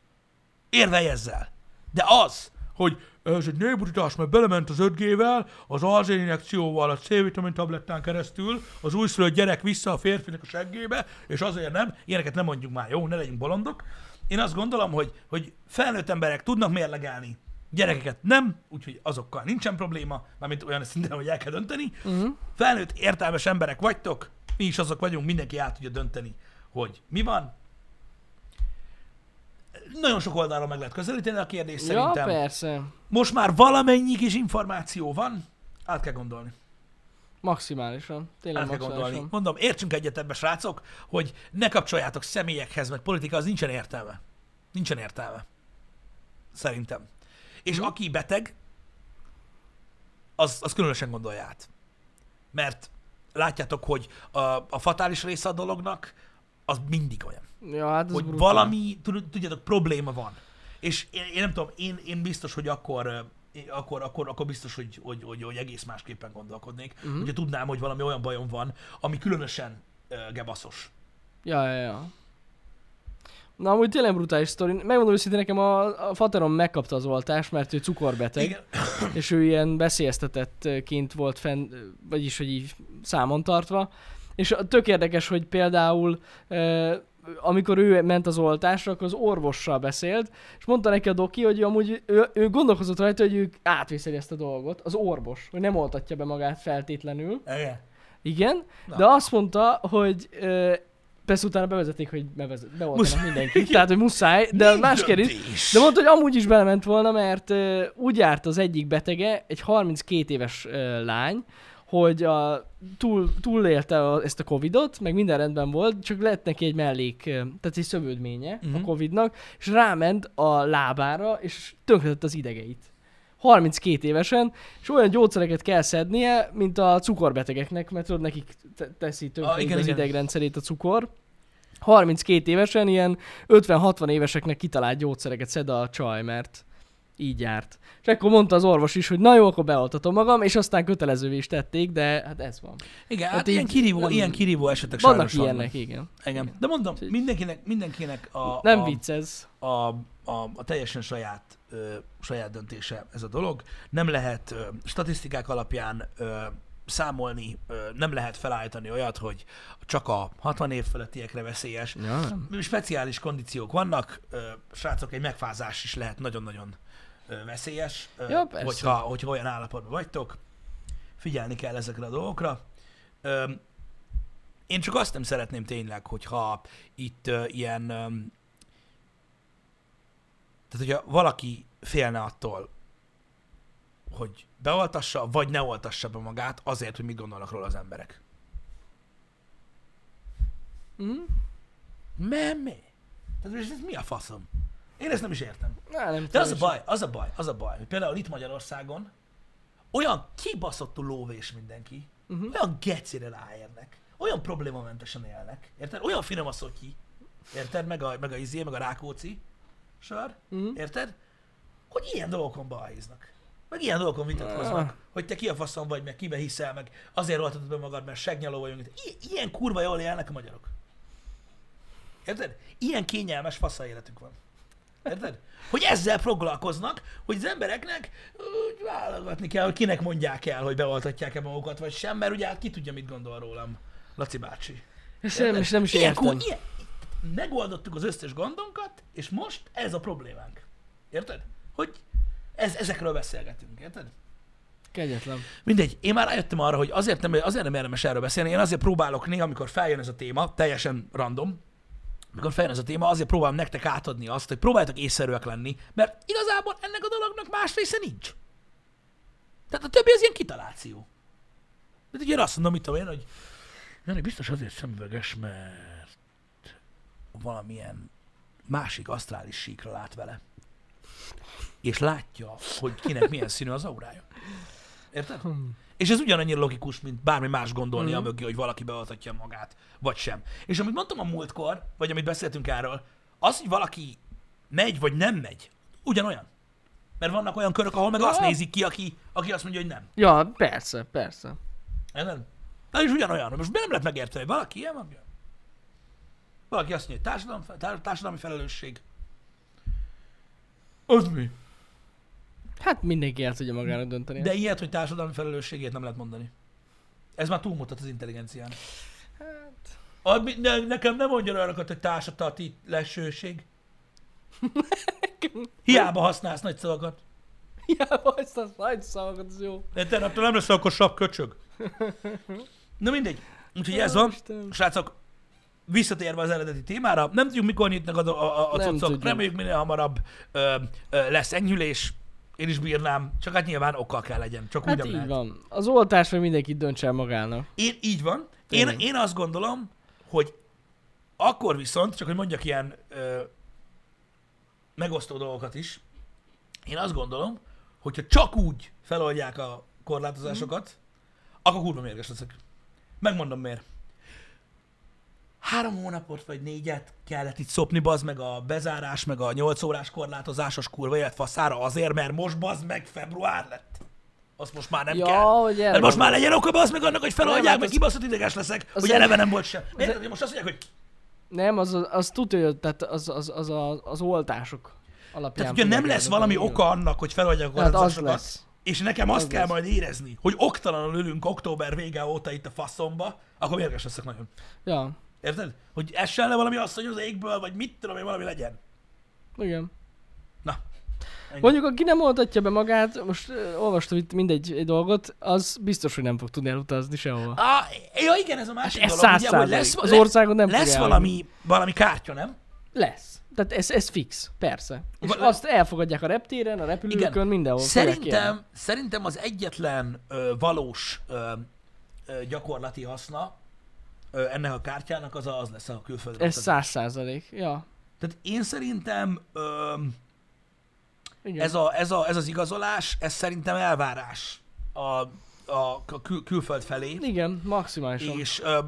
[SPEAKER 1] Érvelj ezzel. De az, hogy ez egy néputítás, mert belement az 5G-vel, az alzéninjekcióval, a C-vitamin tablettán keresztül, az újszülött gyerek vissza a férfinak a seggébe, és azért nem, ilyeneket nem mondjuk már, jó, ne legyünk bolondok. Én azt gondolom, hogy, hogy felnőtt emberek tudnak mérlegelni, gyerekeket nem, úgyhogy azokkal nincsen probléma, mármint olyan szinten, hogy el kell dönteni.
[SPEAKER 2] Mhm.
[SPEAKER 1] Uh-huh. Felnőtt értelmes emberek vagytok, mi is azok vagyunk, mindenki el tudja dönteni, hogy mi van, nagyon sok oldalról meg lehet közelíteni a kérdést
[SPEAKER 2] Ja,
[SPEAKER 1] szerintem.
[SPEAKER 2] persze.
[SPEAKER 1] Most már valamennyi kis információ van, át kell gondolni.
[SPEAKER 2] Maximálisan. Tényleg
[SPEAKER 1] Át kell gondolni.
[SPEAKER 2] maximálisan.
[SPEAKER 1] Mondom, értsünk egyet ebbe, srácok, hogy ne kapcsoljátok személyekhez, mert politika az nincsen értelme. Nincsen értelme. Szerintem. És
[SPEAKER 2] Mhm.
[SPEAKER 1] aki beteg, az, az különösen gondolja át. Mert látjátok, hogy a, a fatális része a dolognak, az mindig olyan.
[SPEAKER 2] Ja, hát ez
[SPEAKER 1] hogy
[SPEAKER 2] brutál.
[SPEAKER 1] valami, tud- tudjátok, probléma van. És én, én nem tudom, én, én biztos, hogy akkor, ö, én- akkor, akkor, akkor biztos, hogy, hogy, hogy, hogy egész másképpen gondolkodnék. Uh-huh.
[SPEAKER 2] Mhm.
[SPEAKER 1] Hogyha tudnám, hogy valami olyan bajom van, ami különösen uh, gebaszos.
[SPEAKER 2] Ja, ja, ja. Na, amúgy tényleg brutális sztori. Megmondom őszintén, nekem a, a faterom megkapta az oltást, mert ő cukorbeteg, Igen.
[SPEAKER 1] Igen,
[SPEAKER 2] és ő ilyen veszélyeztetettként volt fenn, vagyis, hogy így számon tartva. És a- tök érdekes, hogy például ö, amikor ő ment az oltásra, akkor az orvossal beszélt, és mondta neki a doki, hogy amúgy ő, ő gondolkozott rajta, hogy ő átviszi ezt a dolgot, az orvos, hogy nem oltatja be magát feltétlenül,
[SPEAKER 1] igen.
[SPEAKER 2] igen,
[SPEAKER 1] Na.
[SPEAKER 2] Na. de azt mondta, hogy ö, Persze utána bevezették, hogy bevezet, beoltanak
[SPEAKER 1] Muszáj.
[SPEAKER 2] mindenkit, tehát hogy muszáj, de
[SPEAKER 1] Nincs
[SPEAKER 2] más kérdés.
[SPEAKER 1] döntés.
[SPEAKER 2] De mondta, hogy amúgy is belement volna, mert uh, úgy járt az egyik betege, egy 32 éves uh, lány, hogy a, túl, túlélte a, ezt a Covidot, meg minden rendben volt, csak lett neki egy mellék, ö, tehát egy szövődménye uh-huh. a
[SPEAKER 1] Mhm.
[SPEAKER 2] Covidnak, és ráment a lábára, és tönkretett az idegeit. 32 évesen, és olyan gyógyszereket kell szednie, mint a cukorbetegeknek, mert tudod, nekik te- teszi tönkre
[SPEAKER 1] Ah, igen,
[SPEAKER 2] az
[SPEAKER 1] igen.
[SPEAKER 2] idegrendszerét a cukor. 32 évesen ilyen 50-60 éveseknek kitalált gyógyszereket szed a csaj, mert így járt. És akkor mondta az orvos is, hogy na jó, akkor beoltatom magam, és aztán kötelezővé is tették, de hát ez van.
[SPEAKER 1] Igen,
[SPEAKER 2] Hát
[SPEAKER 1] hát
[SPEAKER 2] így
[SPEAKER 1] ilyen kirívó,
[SPEAKER 2] nem-
[SPEAKER 1] ilyen kirívó esetek
[SPEAKER 2] Vannak
[SPEAKER 1] sajnos
[SPEAKER 2] ilyenek, igen.
[SPEAKER 1] Vannak. Igen. De mondom, mindenkinek, mindenkinek a,
[SPEAKER 2] Nem
[SPEAKER 1] a,
[SPEAKER 2] vicc ez.
[SPEAKER 1] a, a, a teljesen saját, ö, saját döntése ez a dolog. Nem lehet ö, statisztikák alapján ö, számolni, ö, nem lehet felállítani olyat, hogy csak a 60 év fölöttiekre veszélyes.
[SPEAKER 2] Ja,
[SPEAKER 1] Speciális kondíciók vannak, ö, srácok, egy megfázás is lehet nagyon-nagyon ö, veszélyes, ö,
[SPEAKER 2] Ja, persze.
[SPEAKER 1] hogyha, hogyha olyan állapotban vagytok. Figyelni kell ezekre a dolgokra. Ö, én csak azt nem szeretném tényleg, hogyha itt ö, ilyen... Ö, tehát, hogyha valaki félne attól, hogy beoltassa, vagy ne oltassa be magát azért, hogy mit gondolnak róla az emberek.
[SPEAKER 2] Mm?
[SPEAKER 1] Nem, mi? Tehát most ez mi a faszom? Én ezt nem is értem.
[SPEAKER 2] Na, nem
[SPEAKER 1] De
[SPEAKER 2] tudom
[SPEAKER 1] az a
[SPEAKER 2] is.
[SPEAKER 1] baj, az a baj, az a baj, hogy például itt Magyarországon olyan kibaszottú lóvés mindenki,
[SPEAKER 2] Mhm.
[SPEAKER 1] olyan gecire ráérnek, olyan problémamentesen élnek, érted? Olyan finom a szotyi, érted? Meg a, meg a izé, meg a rákóczi sör,
[SPEAKER 2] Mhm.
[SPEAKER 1] érted? Hogy ilyen dolgokon balhéznak. Meg ilyen dolgokon vitatkoznak,
[SPEAKER 2] Ah.
[SPEAKER 1] hogy te ki a faszom vagy, meg kibe hiszel, meg azért oltatod be magad, mert segnyaló vagyunk. I- ilyen kurva jól élnek a magyarok. Érted? Ilyen kényelmes fasza életük van. Érted? Hogy ezzel foglalkoznak, hogy az embereknek úgy válogatni kell, hogy kinek mondják el, hogy beoltatják-e magukat, vagy sem, mert ugye hát ki tudja, mit gondol rólam Laci bácsi.
[SPEAKER 2] És nem, és nem is
[SPEAKER 1] Ilyenkor
[SPEAKER 2] értem.
[SPEAKER 1] Ilyen, megoldottuk az összes gondunkat, és most ez a problémánk. Érted? Hogy ez, ezekről beszélgetünk, érted?
[SPEAKER 2] Kegyetlen.
[SPEAKER 1] Mindegy, én már rájöttem arra, hogy azért nem, azért nem érdemes erről beszélni, én azért próbálok néha, amikor feljön ez a téma, teljesen random, amikor feljön ez a téma, azért próbálom nektek átadni azt, hogy próbáljatok észszerűek lenni, mert igazából ennek a dolognak más része nincs. Tehát a többi az ilyen kitaláció. De hát ugye azt mondom, mit tudom én, hogy Jani biztos azért szemüveges, mert valamilyen másik asztrális síkra lát vele. És látja, hogy kinek milyen színű az aurája. Érted? És ez ugyanannyira logikus, mint bármi más gondolni
[SPEAKER 2] Mhm.
[SPEAKER 1] a mögé, hogy valaki beoltatja magát, vagy sem. És amit mondtam a múltkor, vagy amit beszéltünk erről, az, hogy valaki megy, vagy nem megy, ugyanolyan. Mert vannak olyan körök, ahol meg azt
[SPEAKER 2] Ja.
[SPEAKER 1] nézik ki, aki, aki azt mondja, hogy nem.
[SPEAKER 2] Ja, persze, persze.
[SPEAKER 1] Érted? Na és ugyanolyan. Most miért nem lehet megérteni, hogy valaki ilyen van? Valaki azt mondja, hogy társadalom, tá- társadalmi felelősség. Az mi?
[SPEAKER 2] Hát mindenki el tudja magára dönteni.
[SPEAKER 1] De ilyet, hogy társadalmi felelősségét nem lehet mondani. Ez már túlmutat az intelligencián.
[SPEAKER 2] Hát...
[SPEAKER 1] A, mi- ne, nekem nem mondjon olyanokat, hogy társadalmi lesőség. Hiába használsz nagy szavakat.
[SPEAKER 2] Ja, most az nagy szavakat, az jó.
[SPEAKER 1] Érted? Attól nem lesz akkor sok köcsög. Na mindegy. Úgyhogy ez van.
[SPEAKER 2] Isten.
[SPEAKER 1] Srácok, visszatérve az eredeti témára, nem tudjuk, mikor nyitnak a, do- a, a, a
[SPEAKER 2] Nem
[SPEAKER 1] cuccok.
[SPEAKER 2] tudjuk.
[SPEAKER 1] Reméljük, minél hamarabb ö, ö, lesz enyhülés. Én is bírnám, csak hát nyilván okkal kell legyen. Csak úgy
[SPEAKER 2] Hát
[SPEAKER 1] nem
[SPEAKER 2] így
[SPEAKER 1] lehet.
[SPEAKER 2] van. Az oltás meg mindenki döntse el magának.
[SPEAKER 1] Én így van. Én,
[SPEAKER 2] Tényleg.
[SPEAKER 1] én azt gondolom, hogy akkor viszont, csak hogy mondjak ilyen ö, megosztó dolgokat is, én azt gondolom, hogyha csak úgy feloldják a korlátozásokat,
[SPEAKER 2] Mhm.
[SPEAKER 1] akkor kurva mérges leszek. Megmondom miért. Három hónapot vagy négyet kellett itt szopni, bazd meg a bezárás, meg a nyolc órás korlátozásos kurva életfaszára azért, mert most bazd meg február lett. Azt most már nem
[SPEAKER 2] ja,
[SPEAKER 1] kell.
[SPEAKER 2] hogy erre
[SPEAKER 1] Hát most
[SPEAKER 2] van.
[SPEAKER 1] már legyen oka, az meg annak, hogy
[SPEAKER 2] Nem,
[SPEAKER 1] feloldják,
[SPEAKER 2] hát
[SPEAKER 1] meg
[SPEAKER 2] az-
[SPEAKER 1] kibaszott ideges leszek,
[SPEAKER 2] az-
[SPEAKER 1] hogy eleve nem volt sem. Miért? Hogy most azt mondják, hogy
[SPEAKER 2] Nem, az, az, az tudja, hogy tehát az, az, az, az, az oltások alapján.
[SPEAKER 1] tehát, hogyha nem Hát
[SPEAKER 2] fogják
[SPEAKER 1] lesz valami
[SPEAKER 2] eldönteni.
[SPEAKER 1] oka annak, hogy feloldják a
[SPEAKER 2] Tehát az
[SPEAKER 1] korlátozásokat,
[SPEAKER 2] lesz.
[SPEAKER 1] és nekem azt
[SPEAKER 2] Az
[SPEAKER 1] kell
[SPEAKER 2] lesz.
[SPEAKER 1] majd érezni, hogy oktalanul ülünk október vége óta itt a faszomba, akkor mérges leszek nagyon.
[SPEAKER 2] Ja,
[SPEAKER 1] Érted? Hogy essen le valami asszony az égből, vagy mit tudom én, valami legyen.
[SPEAKER 2] igen.
[SPEAKER 1] Na, Ennyi.
[SPEAKER 2] Mondjuk, aki nem oltatja be magát, most ö, olvastam itt mindegy egy dolgot, az biztos, hogy nem fog tudni elutazni sehova.
[SPEAKER 1] Á, Ah, ja igen, Hát ez a másik
[SPEAKER 2] Ez
[SPEAKER 1] dolog,
[SPEAKER 2] száz
[SPEAKER 1] ugye, hogy lesz,
[SPEAKER 2] százalék. Az
[SPEAKER 1] le,
[SPEAKER 2] országon nem
[SPEAKER 1] lesz
[SPEAKER 2] fogja
[SPEAKER 1] valami, valami kártya, nem?
[SPEAKER 2] elvenni. Lesz. Tehát ez, ez fix, persze. És
[SPEAKER 1] Va-
[SPEAKER 2] azt elfogadják a reptéren, a repülőkön,
[SPEAKER 1] Igen.
[SPEAKER 2] mindenhol. fogják kérni.
[SPEAKER 1] Szerintem, szerintem az egyetlen ö, valós ö, ö, gyakorlati haszna ö, ennek a kártyának az a- az lesz a külföldre.
[SPEAKER 2] Ez
[SPEAKER 1] utazás.
[SPEAKER 2] száz százalék. Ja.
[SPEAKER 1] Tehát én szerintem ö,
[SPEAKER 2] Igen.
[SPEAKER 1] ez, a, ez, a, ez az igazolás, ez szerintem elvárás a, a, a kül, külföld felé.
[SPEAKER 2] Igen, maximálisan.
[SPEAKER 1] És ö,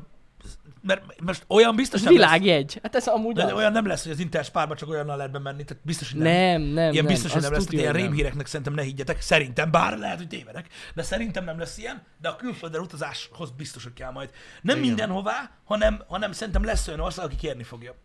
[SPEAKER 1] mert most olyan biztos
[SPEAKER 2] Ez
[SPEAKER 1] nem lesz,
[SPEAKER 2] világjegy. Hát ez amúgy
[SPEAKER 1] de
[SPEAKER 2] az.
[SPEAKER 1] olyan nem lesz, hogy az Interspárba csak olyannal lehet bemenni, tehát biztos, hogy nem.
[SPEAKER 2] Nem, nem,
[SPEAKER 1] Ilyen
[SPEAKER 2] nem.
[SPEAKER 1] biztos, hogy
[SPEAKER 2] Az
[SPEAKER 1] nem lesz,
[SPEAKER 2] tuti,
[SPEAKER 1] tehát ilyen
[SPEAKER 2] hogy nem.
[SPEAKER 1] rémhíreknek szerintem ne higgyetek. Szerintem, bár lehet, hogy tévedek, de szerintem nem lesz ilyen, de a külföldre utazáshoz biztos, hogy kell majd. Nem
[SPEAKER 2] Igen.
[SPEAKER 1] mindenhová, hanem, hanem szerintem lesz olyan ország, aki kérni fogja.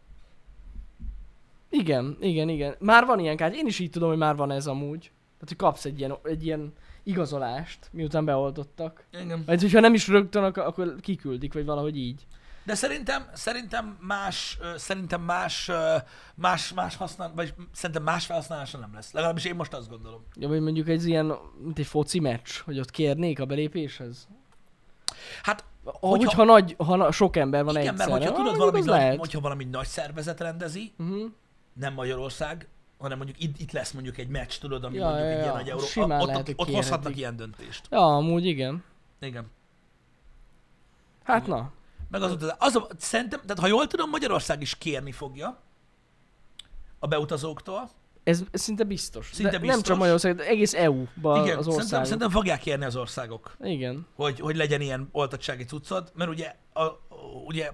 [SPEAKER 2] Igen, igen, igen. Már van ilyen kártya. Én is így tudom, hogy már van ez amúgy. Tehát, hogy kapsz egy ilyen, egy ilyen igazolást, miután beoltottak.
[SPEAKER 1] Igen.
[SPEAKER 2] Vagy hogyha nem is rögtön, ak- akkor kiküldik, vagy valahogy így.
[SPEAKER 1] De szerintem, szerintem más, ö, szerintem más, ö, más, más használ, vagy szerintem más felhasználása nem lesz. Legalábbis én most azt gondolom.
[SPEAKER 2] Ja, vagy mondjuk egy ilyen, mint egy foci meccs, hogy ott kérnék a belépéshez.
[SPEAKER 1] Hát,
[SPEAKER 2] Hogyha,
[SPEAKER 1] hogyha,
[SPEAKER 2] hogyha nagy, ha na, sok ember van
[SPEAKER 1] igen,
[SPEAKER 2] egyszerre.
[SPEAKER 1] mert hogyha
[SPEAKER 2] ah,
[SPEAKER 1] tudod,
[SPEAKER 2] mondjuk
[SPEAKER 1] valami
[SPEAKER 2] az
[SPEAKER 1] nagy,
[SPEAKER 2] lehet.
[SPEAKER 1] hogyha valami nagy szervezet rendezi,
[SPEAKER 2] Uh-huh.
[SPEAKER 1] nem Magyarország, hanem mondjuk itt, itt lesz mondjuk egy meccs, tudod, ami
[SPEAKER 2] Ja,
[SPEAKER 1] mondjuk
[SPEAKER 2] ja,
[SPEAKER 1] egy ilyen
[SPEAKER 2] ja.
[SPEAKER 1] nagy euró.
[SPEAKER 2] Simán
[SPEAKER 1] ott,
[SPEAKER 2] lehet,
[SPEAKER 1] ott,
[SPEAKER 2] hogy
[SPEAKER 1] ott hozhatnak
[SPEAKER 2] kijelentik.
[SPEAKER 1] ilyen döntést.
[SPEAKER 2] Ja, amúgy igen.
[SPEAKER 1] Igen.
[SPEAKER 2] Hát na.
[SPEAKER 1] Meg az, utazás- az a, szerintem, tehát ha jól tudom, Magyarország is kérni fogja a beutazóktól.
[SPEAKER 2] Ez szinte biztos.
[SPEAKER 1] Szinte
[SPEAKER 2] de Nem
[SPEAKER 1] biztos.
[SPEAKER 2] csak Magyarország, de egész EU-ban
[SPEAKER 1] Igen,
[SPEAKER 2] az
[SPEAKER 1] szerintem,
[SPEAKER 2] ország.
[SPEAKER 1] szerintem fogják kérni az országok,
[SPEAKER 2] Igen.
[SPEAKER 1] hogy, hogy legyen ilyen oltottsági cuccod, mert ugye, a, ugye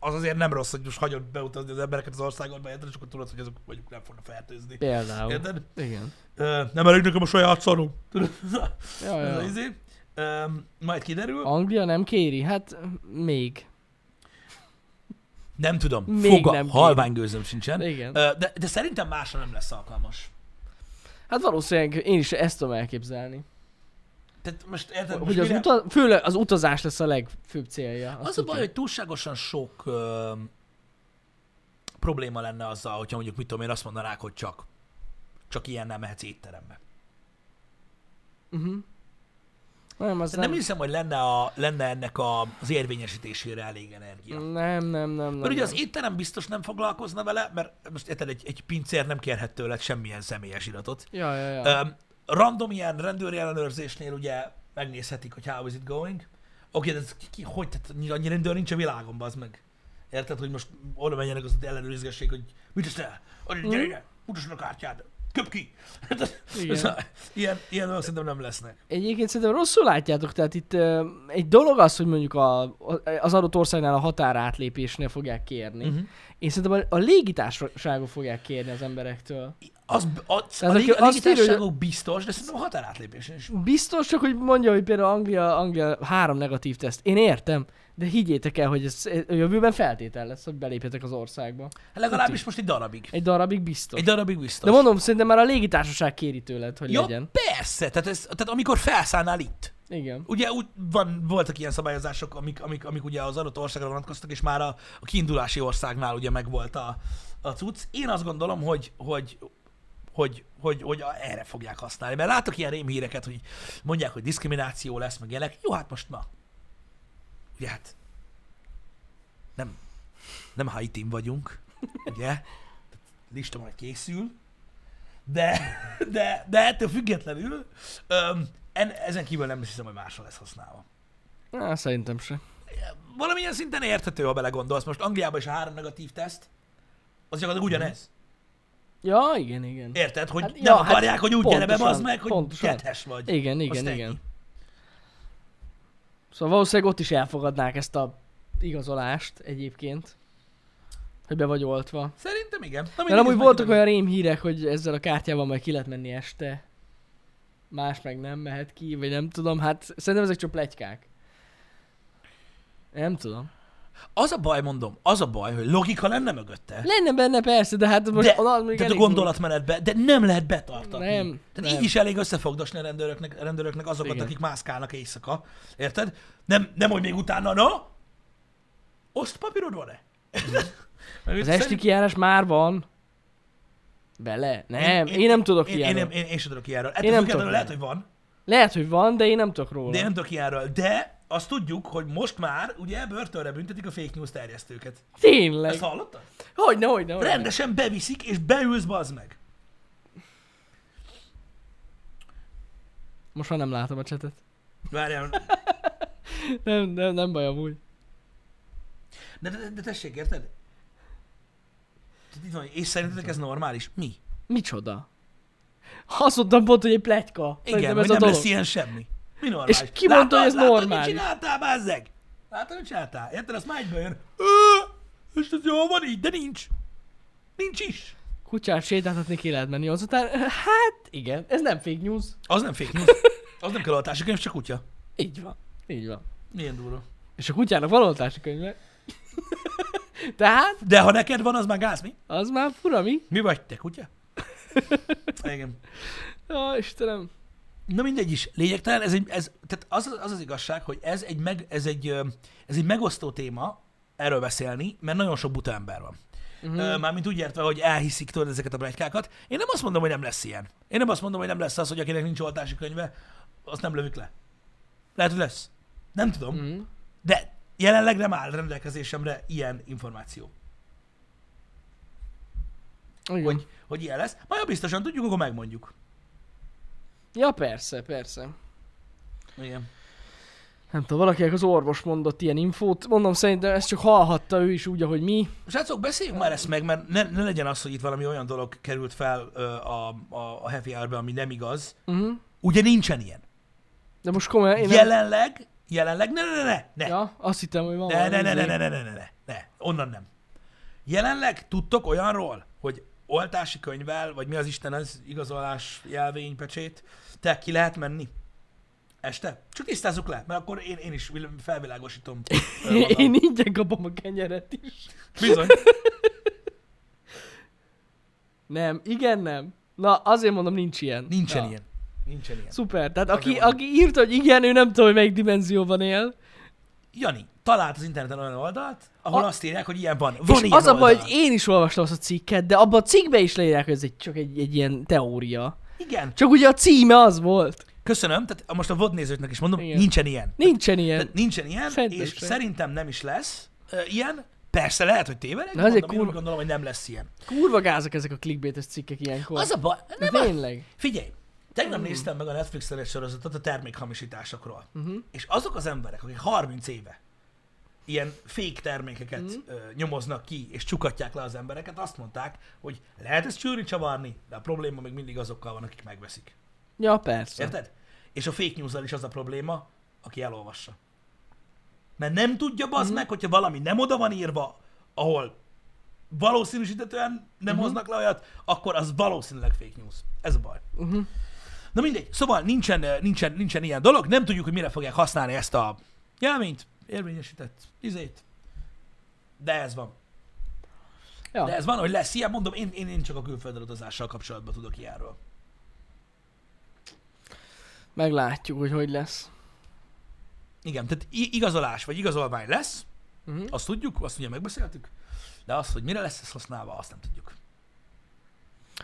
[SPEAKER 1] az azért nem rossz, hogy most hagyod beutazni az embereket az országon, mert csak akkor tudod, hogy azok mondjuk nem fognak fertőzni.
[SPEAKER 2] Például.
[SPEAKER 1] Érted?
[SPEAKER 2] Igen.
[SPEAKER 1] Ö, nem elég nekem a saját szarom. Tudod, ez a,
[SPEAKER 2] Ja,
[SPEAKER 1] ez a
[SPEAKER 2] ja.
[SPEAKER 1] izé. Ö, majd kiderül.
[SPEAKER 2] Anglia nem kéri? Hát még.
[SPEAKER 1] Nem tudom.
[SPEAKER 2] Még
[SPEAKER 1] Foga,
[SPEAKER 2] nem kér.
[SPEAKER 1] halványgőzöm sincsen.
[SPEAKER 2] Igen.
[SPEAKER 1] Hát, Ö, De, de szerintem másra nem lesz alkalmas.
[SPEAKER 2] Hát valószínűleg én is ezt tudom elképzelni.
[SPEAKER 1] Tehát most érted, most
[SPEAKER 2] Hogy az,
[SPEAKER 1] mire-
[SPEAKER 2] uta, főleg az utazás lesz a legfőbb célja. azt
[SPEAKER 1] az a baj,
[SPEAKER 2] tudjuk.
[SPEAKER 1] hogy túlságosan sok ö, probléma lenne azzal, hogyha mondjuk mit tudom én azt mondanák, hogy csak, csak ilyen nem mehetsz étterembe.
[SPEAKER 2] Uh-huh. Nem, az
[SPEAKER 1] Nem, nem hiszem, hogy lenne, a, lenne ennek a, az érvényesítésére elég energia.
[SPEAKER 2] nem, nem, nem, nem.
[SPEAKER 1] Mert ugye
[SPEAKER 2] nem.
[SPEAKER 1] az étterem biztos nem foglalkozna vele, mert most érted, egy, egy pincér nem kérhet tőled semmilyen személyes iratot.
[SPEAKER 2] Ja, ja, ja.
[SPEAKER 1] Öm, random ilyen rendőri ellenőrzésnél ugye megnézhetik, hogy how is it going. Oké, de ez ki, ki, hogy, tehát annyi- annyi rendőr nincs a világon, bazd meg. Érted, hogy most oda menjenek az ellenőrizgessék, hogy mit teszel? Hogy gyere ide, mutasd a kártyád, köp ki.
[SPEAKER 2] Hmm?
[SPEAKER 1] Szóval
[SPEAKER 2] Igen.
[SPEAKER 1] ilyen, ilyen dolgok szerintem nem lesznek.
[SPEAKER 2] Egyébként szerintem rosszul látjátok, tehát itt ö, egy dolog az, hogy mondjuk a, a- az adott országnál a határátlépésnél fogják kérni.
[SPEAKER 1] Mhm.
[SPEAKER 2] Uh-huh. Én szerintem a, a légitárságot fogják kérni az emberektől.
[SPEAKER 1] Az, az, a,
[SPEAKER 2] aki
[SPEAKER 1] lég, a
[SPEAKER 2] azt írja,
[SPEAKER 1] légitársaságok biztos, de szerintem a határátlépés is.
[SPEAKER 2] Biztos csak, hogy mondja, hogy például Anglia, Anglia három negatív teszt. Én értem, de higgyétek el, hogy ez ez a jövőben feltétel lesz, hogy belépjetek az országba.
[SPEAKER 1] Legalábbis most egy darabig.
[SPEAKER 2] Egy darabig biztos.
[SPEAKER 1] Egy darabig biztos.
[SPEAKER 2] De mondom, szerintem már a légitársaság kéri tőled, hogy
[SPEAKER 1] ja,
[SPEAKER 2] legyen.
[SPEAKER 1] persze, tehát, ez, tehát amikor felszállnál itt,
[SPEAKER 2] Igen.
[SPEAKER 1] Ugye úgy van, voltak ilyen szabályozások, amik, amik, amik ugye az adott országra vonatkoztak, és már a, a kiindulási országnál ugye megvolt a, a cucc. Én azt gondolom, hogy, hogy, hogy, hogy, hogy a- erre fogják használni. Mert látok ilyen rémhíreket, hogy mondják, hogy diszkrimináció lesz, meg ilyenek. Jó, hát most ma. Ugye hát nem, nem haiti vagyunk, ugye? Tehát Lista majd készül. De, de, de ettől függetlenül öm, en, ezen kívül nem is hiszem, hogy máshol lesz használva.
[SPEAKER 2] Á, szerintem se.
[SPEAKER 1] Valamilyen szinten érthető, ha belegondolsz. Most Angliában is a három negatív teszt, az gyakorlatilag ugyanez.
[SPEAKER 2] Ja, igen, igen.
[SPEAKER 1] Érted, hogy
[SPEAKER 2] Mm. Hát,
[SPEAKER 1] hát,
[SPEAKER 2] ja,
[SPEAKER 1] nem ja, akarják,
[SPEAKER 2] hát
[SPEAKER 1] hogy úgy gyere be,
[SPEAKER 2] pontosan,
[SPEAKER 1] az meg, hogy
[SPEAKER 2] pontosan.
[SPEAKER 1] kethes vagy.
[SPEAKER 2] Igen, igen,
[SPEAKER 1] Azt
[SPEAKER 2] igen.
[SPEAKER 1] ennyi.
[SPEAKER 2] Szóval valószínűleg ott is elfogadnák ezt a igazolást egyébként. Hogy be vagy oltva.
[SPEAKER 1] Szerintem igen. Na,
[SPEAKER 2] Mert
[SPEAKER 1] mindegy,
[SPEAKER 2] amúgy
[SPEAKER 1] ez
[SPEAKER 2] voltak
[SPEAKER 1] megint-
[SPEAKER 2] olyan rémhírek, hogy ezzel a kártyával majd ki lehet menni este. Más meg nem mehet ki, vagy nem tudom. Hát szerintem ezek csak plegykák. Nem tudom.
[SPEAKER 1] Az a baj, mondom, az a baj, hogy logika lenne mögötte.
[SPEAKER 2] Lenne benne persze, de hát most
[SPEAKER 1] de,
[SPEAKER 2] oda az még
[SPEAKER 1] tehát a
[SPEAKER 2] elég
[SPEAKER 1] gondolatmenetbe, de nem lehet betartatni.
[SPEAKER 2] Nem,
[SPEAKER 1] tehát
[SPEAKER 2] nem.
[SPEAKER 1] így is elég összefogdosni a rendőröknek, a rendőröknek azokat,
[SPEAKER 2] Igen.
[SPEAKER 1] akik mászkálnak éjszaka. Érted? Nem, nem hogy még utána, na? Osztpapírod van-e? Meg
[SPEAKER 2] durva. Az
[SPEAKER 1] szerint-
[SPEAKER 2] esti kijárás már van. Bele? Nem, én, én, én nem tudok
[SPEAKER 1] én, én,
[SPEAKER 2] ilyenről.
[SPEAKER 1] nem,
[SPEAKER 2] nem,
[SPEAKER 1] én, én sem tudok ilyenről. Ettől
[SPEAKER 2] nem
[SPEAKER 1] én nem
[SPEAKER 2] tudok
[SPEAKER 1] lehet, hogy van,
[SPEAKER 2] Lehet, hogy van, de én nem tudok róla.
[SPEAKER 1] de én nem tudok ilyenről. De azt tudjuk, hogy most már ugye börtönre büntetik a fake news terjesztőket.
[SPEAKER 2] Tényleg.
[SPEAKER 1] Ezt hallottad?
[SPEAKER 2] Hogyne, hogyne, hogyne.
[SPEAKER 1] Rendesen beviszik, és beülsz bazd meg.
[SPEAKER 2] Most már nem látom a csetet.
[SPEAKER 1] Várjál,
[SPEAKER 2] Nem, nem, nem baj amúgy.
[SPEAKER 1] de, de, de tessék, érted? Tehát itt van, és szerintetek ez normális? Mi?
[SPEAKER 2] Micsoda? Azt mondtam pont, hogy egy pletyka.
[SPEAKER 1] Igen,
[SPEAKER 2] Szerintem
[SPEAKER 1] hogy
[SPEAKER 2] ez a
[SPEAKER 1] nem
[SPEAKER 2] dolog.
[SPEAKER 1] lesz ilyen semmi. Mi normális?
[SPEAKER 2] És ki mondta, hogy ez
[SPEAKER 1] látod, Látod,
[SPEAKER 2] normális?
[SPEAKER 1] mit csináltál, bázzeg? Látod, mit csináltál? Érted, azt már egyből jön. Ö, És ez jó van így, de nincs. Nincs is.
[SPEAKER 2] Kutyát sétáltatni ki lehet menni azután. Hát, igen, ez nem fake news.
[SPEAKER 1] Az nem fake news. Az nem kell oltási könyv, csak kutya.
[SPEAKER 2] Így van. Így van.
[SPEAKER 1] Milyen durva.
[SPEAKER 2] És a kutyának van oltási könyve. Tehát,
[SPEAKER 1] De ha neked van, az már gáz, mi?
[SPEAKER 2] az már fura mi?
[SPEAKER 1] Mi vagy te, kutya? Igen.
[SPEAKER 2] Ó, Istenem.
[SPEAKER 1] Na mindegy is, lényegtelen, ez, egy, ez tehát az, az, az igazság, hogy ez egy, meg, ez, egy, ö, ez egy megosztó téma erről beszélni, mert nagyon sok buta ember van. Uh-huh. Mármint úgy értve, hogy elhiszik tőled ezeket a plegykákat. Én nem azt mondom, hogy nem lesz ilyen. Én nem azt mondom, hogy nem lesz az, hogy akinek nincs oltási könyve, azt nem lövik le. Lehet, hogy lesz. Nem tudom. Uh-huh.
[SPEAKER 2] Mm.
[SPEAKER 1] De jelenleg nem áll rendelkezésemre ilyen információ,
[SPEAKER 2] Igen.
[SPEAKER 1] hogy, hogy ilyen lesz. Majd ha biztosan tudjuk, akkor megmondjuk.
[SPEAKER 2] Ja, persze, persze.
[SPEAKER 1] Igen.
[SPEAKER 2] Nem tudom, valakinek az orvos mondott ilyen infót. Mondom, szerintem ezt csak hallhatta ő is úgy, ahogy mi.
[SPEAKER 1] Srácok, beszéljünk már ezt meg, mert ne, ne legyen az, hogy itt valami olyan dolog került fel ö, a, a, a Happy hour ami nem igaz.
[SPEAKER 2] Uh-huh.
[SPEAKER 1] Ugye nincsen ilyen.
[SPEAKER 2] De most komolyan, én
[SPEAKER 1] Én
[SPEAKER 2] nem...
[SPEAKER 1] jelenleg, nem... jelenleg, ne, ne, ne, ne, ne,
[SPEAKER 2] Ja, azt hittem, hogy van
[SPEAKER 1] ne,
[SPEAKER 2] valami
[SPEAKER 1] ne, ne, ne,
[SPEAKER 2] izé.
[SPEAKER 1] ne, ne, ne, ne, ne, ne, onnan nem. Jelenleg tudtok olyanról, hogy oltási könyvvel, vagy mi az Isten az igazolás jelvény, pecsét, te ki lehet menni? Este? Csak tisztázzuk le, mert akkor én, én is vil- felvilágosítom. ö, magam.
[SPEAKER 2] Én ingyen kapom a kenyeret is.
[SPEAKER 1] Bizony.
[SPEAKER 2] Nem, igen, nem. Na, azért mondom, nincs ilyen.
[SPEAKER 1] Nincsen
[SPEAKER 2] ja.
[SPEAKER 1] ilyen. Nincsen ilyen.
[SPEAKER 2] Szuper. Tehát aki,
[SPEAKER 1] Azért mondom.
[SPEAKER 2] aki írt, hogy igen, ő nem tudom, hogy melyik dimenzióban él.
[SPEAKER 1] Jani, talált az interneten olyan oldalt, ahol
[SPEAKER 2] A-
[SPEAKER 1] a... azt írják, hogy ilyen van. Van
[SPEAKER 2] és
[SPEAKER 1] ilyen
[SPEAKER 2] az a baj,
[SPEAKER 1] oldal.
[SPEAKER 2] hogy én is olvastam azt a cikket, de abban a cikkben is leírják, hogy ez egy, csak egy, egy ilyen teória.
[SPEAKER 1] Igen,
[SPEAKER 2] Csak ugye a címe az volt.
[SPEAKER 1] köszönöm, tehát most a VOD nézőknek is mondom,
[SPEAKER 2] Igen.
[SPEAKER 1] Igen. nincsen ilyen.
[SPEAKER 2] Nincsen ilyen.
[SPEAKER 1] Tehát nincsen ilyen,
[SPEAKER 2] Szerintem
[SPEAKER 1] és
[SPEAKER 2] sem.
[SPEAKER 1] szerintem nem is lesz ö, ilyen. Persze, lehet, hogy tévedek,
[SPEAKER 2] Na,
[SPEAKER 1] de
[SPEAKER 2] ez egy
[SPEAKER 1] mondom, én
[SPEAKER 2] kurva-
[SPEAKER 1] úgy gondolom, hogy nem lesz ilyen.
[SPEAKER 2] Kurva gázak ezek a clickbaites cikkek ilyenkor.
[SPEAKER 1] Az a baj, nem a...
[SPEAKER 2] Tényleg.
[SPEAKER 1] Figyelj, tegnap néztem meg a Netflixen egy sorozatot a termékhamisításokról. Uh-huh. És azok az emberek, akik 30 éve ilyen fake termékeket uh-huh. ö, nyomoznak ki, és csukatják le az embereket, azt mondták, hogy lehet ezt csűrni, csavarni, de a probléma még mindig azokkal van, akik megveszik.
[SPEAKER 2] Ja, persze.
[SPEAKER 1] Érted? És a fake news is az a probléma, aki elolvassa. Mert nem tudja bazd
[SPEAKER 2] Mhm.
[SPEAKER 1] meg, hogyha valami nem oda van írva, ahol valószínűsítetően nem
[SPEAKER 2] Mhm.
[SPEAKER 1] hoznak le olyat, akkor az valószínűleg fake news. Ez a baj.
[SPEAKER 2] Mhm.
[SPEAKER 1] Na mindegy, szóval nincsen, ö, nincsen, nincsen ilyen dolog, nem tudjuk, hogy mire fogják használni ezt a jelményt, érvényesített izét, de ez van.
[SPEAKER 2] Ja.
[SPEAKER 1] De ez van, hogy lesz ilyen, mondom, én, én, én csak a külföldre utazással kapcsolatban tudok ilyenről.
[SPEAKER 2] Meglátjuk, hogy hogy lesz.
[SPEAKER 1] Igen, tehát i- igazolás vagy igazolvány lesz,
[SPEAKER 2] Mhm.
[SPEAKER 1] uh-huh. azt tudjuk, azt ugye megbeszéltük, de azt, hogy mire lesz ez használva, azt nem tudjuk.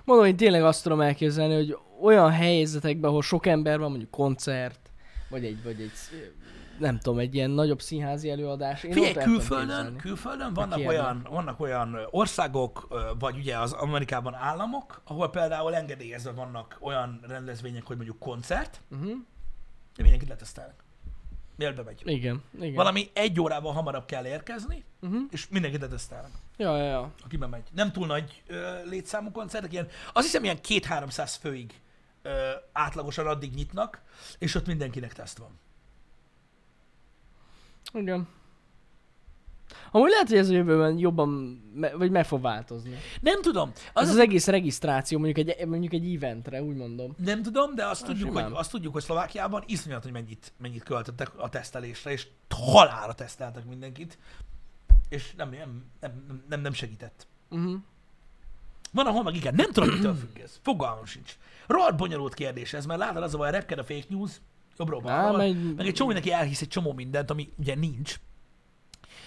[SPEAKER 2] Mondom, én tényleg azt tudom elképzelni, hogy olyan helyzetekben, ahol sok ember van, mondjuk koncert, vagy egy, vagy egy, nem tudom, egy ilyen nagyobb színházi előadás. Én
[SPEAKER 1] Figyelj,
[SPEAKER 2] ott el tudom
[SPEAKER 1] külföldön,
[SPEAKER 2] képzelni.
[SPEAKER 1] külföldön vannak,
[SPEAKER 2] Aki
[SPEAKER 1] olyan, vannak olyan ö, országok, ö, vagy ugye az Amerikában államok, ahol például engedélyezve vannak olyan rendezvények, hogy mondjuk koncert,
[SPEAKER 2] Mhm.
[SPEAKER 1] de mindenkit letesztelnek. Mielőtt bemegy.
[SPEAKER 2] Igen, igen.
[SPEAKER 1] Valami egy órával hamarabb kell érkezni,
[SPEAKER 2] Mhm.
[SPEAKER 1] és mindenkit letesztelnek.
[SPEAKER 2] Ja, ja, ja.
[SPEAKER 1] aki bemegy. Nem túl nagy ö, létszámú koncertek, ilyen, azt hiszem ilyen 2-300 főig ö, átlagosan addig nyitnak, és ott mindenkinek teszt van.
[SPEAKER 2] Igen. Amúgy lehet, hogy ez a jövőben jobban, me- vagy meg fog változni.
[SPEAKER 1] Nem tudom,
[SPEAKER 2] Az
[SPEAKER 1] az,
[SPEAKER 2] ez
[SPEAKER 1] az
[SPEAKER 2] az egész regisztráció mondjuk egy, mondjuk egy eventre, úgy mondom.
[SPEAKER 1] nem tudom, de azt tudjuk, hogy,
[SPEAKER 2] simán.
[SPEAKER 1] azt tudjuk, hogy Szlovákiában iszonyat, hogy mennyit, mennyit költöttek a tesztelésre, és halára teszteltek mindenkit, és nem, nem, nem, nem, nem segített.
[SPEAKER 2] Uh-huh.
[SPEAKER 1] Van, ahol meg igen, nem tudom, mitől függ ez. Fogalmam sincs. Rohadt bonyolult kérdés ez, mert látod, az a baj, repked a fake news, jobbról
[SPEAKER 2] Á,
[SPEAKER 1] balról.
[SPEAKER 2] meg-
[SPEAKER 1] Meg egy csomó mindenki elhisz egy csomó mindent, ami ugye nincs,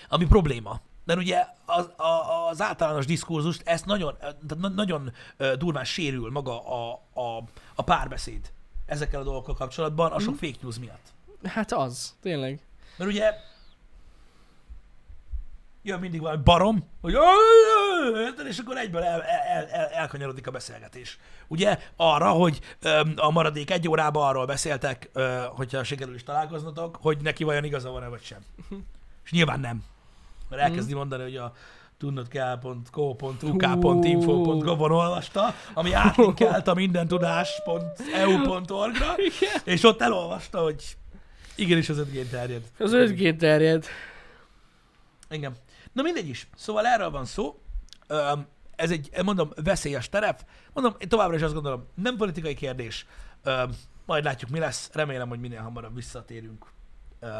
[SPEAKER 1] ami probléma. Mert ugye az, a, a, az általános diskurzust, ezt nagyon, tehát na- nagyon ö, durván sérül maga a, a, a párbeszéd ezekkel a dolgokkal kapcsolatban, a sok
[SPEAKER 2] Mhm.
[SPEAKER 1] fake news miatt.
[SPEAKER 2] Hát az, tényleg.
[SPEAKER 1] Mert ugye jön mindig valami barom, hogy "Ö, és akkor egyből el, el, el, elkanyarodik a beszélgetés. Ugye arra, hogy öm, a maradék egy órában arról beszéltek, ö, hogyha sikerül is találkoznatok, hogy neki vajon igaza van-e vagy sem. És nyilván nem. Mert elkezdi mondani, hogy a tudnodk.co.uk.info.gov-on olvasta, ami átlinkelt a e mindentudás.eu.org-ra,
[SPEAKER 2] Igen.
[SPEAKER 1] és ott elolvasta, hogy igenis az 5G terjed.
[SPEAKER 2] Az 5G terjed.
[SPEAKER 1] Igen. Na mindegy is. Szóval erről van szó. Öm, Ez egy, mondom, veszélyes terep. Mondom, én továbbra is azt gondolom, nem politikai kérdés. Öm, Majd látjuk, mi lesz. Remélem, hogy minél hamarabb visszatérünk ö,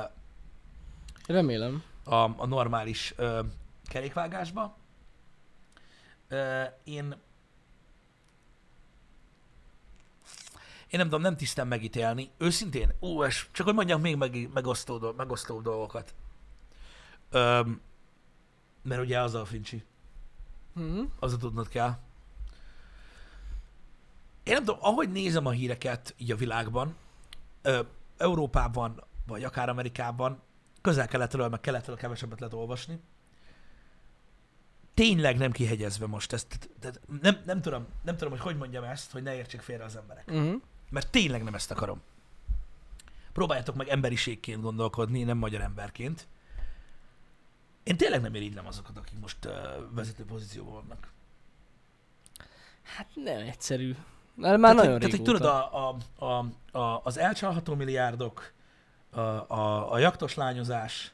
[SPEAKER 2] Remélem.
[SPEAKER 1] a, a normális ö, kerékvágásba. Ö, én én nem tudom, nem tisztem megítélni. Őszintén, ú, és csak hogy mondjam még meg, megosztó, dol- megosztó dolgokat. Ö, mert ugye az a fincsi.
[SPEAKER 2] Hm?
[SPEAKER 1] Az a tudnod kell. Én nem tudom, ahogy nézem a híreket így a világban, ö, Európában, vagy akár Amerikában, közel-keletről, meg keletről kevesebbet lehet olvasni. Tényleg nem kihegyezve most ezt. Tehát- Tehát nem, nem, tudom, nem tudom, hogy hogy mondjam ezt, hogy ne értsék félre az emberek.
[SPEAKER 2] Uh-huh.
[SPEAKER 1] Mert tényleg nem ezt akarom. Próbáljátok meg emberiségként gondolkodni, nem magyar emberként. Én tényleg nem irigylem azokat, akik most uh, vezető pozícióban vannak.
[SPEAKER 2] Hát nem egyszerű. Már, már
[SPEAKER 1] tehát,
[SPEAKER 2] nagyon
[SPEAKER 1] hogy- tehát, hogy
[SPEAKER 2] régóta.
[SPEAKER 1] tudod, a, a, a, a, az elcsalható milliárdok, a, a, a jaktos lányozás,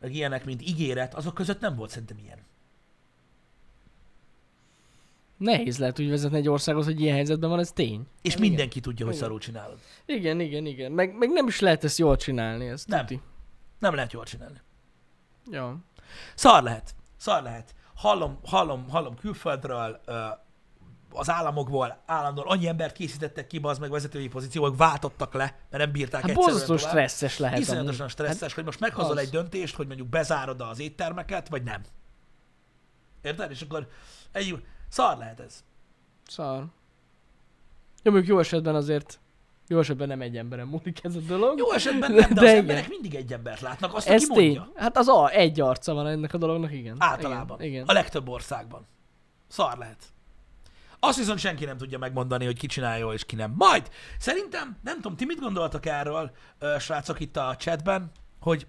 [SPEAKER 1] meg ilyenek, mint ígéret, azok között nem volt szerintem ilyen.
[SPEAKER 2] Nehéz lehet úgy vezetni egy országot, hogy ilyen helyzetben van, ez tény.
[SPEAKER 1] És
[SPEAKER 2] Hát
[SPEAKER 1] mindenki tudja, hogy
[SPEAKER 2] Igen.
[SPEAKER 1] szarul csinálod.
[SPEAKER 2] Igen, igen, igen. Meg, meg nem is lehet ezt jól csinálni, ezt
[SPEAKER 1] Nem.
[SPEAKER 2] tuti.
[SPEAKER 1] Nem lehet jól csinálni.
[SPEAKER 2] Ja.
[SPEAKER 1] Szar lehet. Szar lehet. Hallom, hallom, hallom külföldről, ö, az államokból állandóan annyi embert készítettek ki, az meg vezetői pozíciók váltottak le, mert nem bírták
[SPEAKER 2] Hát
[SPEAKER 1] egyszerűen
[SPEAKER 2] borzasztó
[SPEAKER 1] tovább.
[SPEAKER 2] stresszes lehet amúgy.
[SPEAKER 1] Iszonyatosan stresszes, hát, hogy most meghozol
[SPEAKER 2] az.
[SPEAKER 1] egy döntést, hogy mondjuk bezárod az éttermeket, vagy nem. Érted? És akkor egy szar lehet ez.
[SPEAKER 2] Szar. Jó, mondjuk jó esetben azért, jó esetben nem egy emberen múlik ez a dolog.
[SPEAKER 1] Jó esetben nem, de, de
[SPEAKER 2] De
[SPEAKER 1] az
[SPEAKER 2] igen.
[SPEAKER 1] emberek mindig egy embert látnak, azt,
[SPEAKER 2] ez
[SPEAKER 1] aki
[SPEAKER 2] tény.
[SPEAKER 1] mondja.
[SPEAKER 2] Hát az a, egy arca van ennek a dolognak, igen.
[SPEAKER 1] Általában.
[SPEAKER 2] Igen.
[SPEAKER 1] A
[SPEAKER 2] igen.
[SPEAKER 1] legtöbb országban. Szar lehet. Azt viszont senki nem tudja megmondani, hogy ki csinálja jól és ki nem. Majd, szerintem, nem tudom, ti mit gondoltak erről, ö, srácok itt a chatben, hogy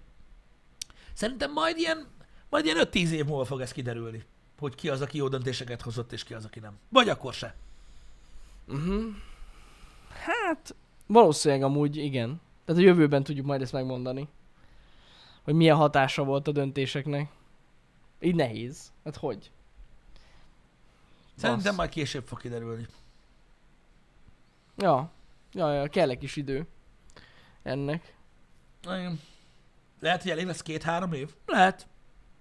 [SPEAKER 1] szerintem majd ilyen, majd ilyen 5-10 év múlva fog ez kiderülni, hogy ki az, aki jó döntéseket hozott, és ki az, aki nem. Vagy akkor se.
[SPEAKER 2] Uh-huh. Hát, valószínűleg amúgy igen. Tehát a jövőben tudjuk majd ezt megmondani. Hogy milyen hatása volt a döntéseknek. Így nehéz. Hát hogy?
[SPEAKER 1] Szerintem
[SPEAKER 2] Basz.
[SPEAKER 1] majd később fog kiderülni.
[SPEAKER 2] Ja. Ja, ja, kell egy kis idő. Ennek.
[SPEAKER 1] Igen. Lehet, hogy elég lesz két-három év? Lehet.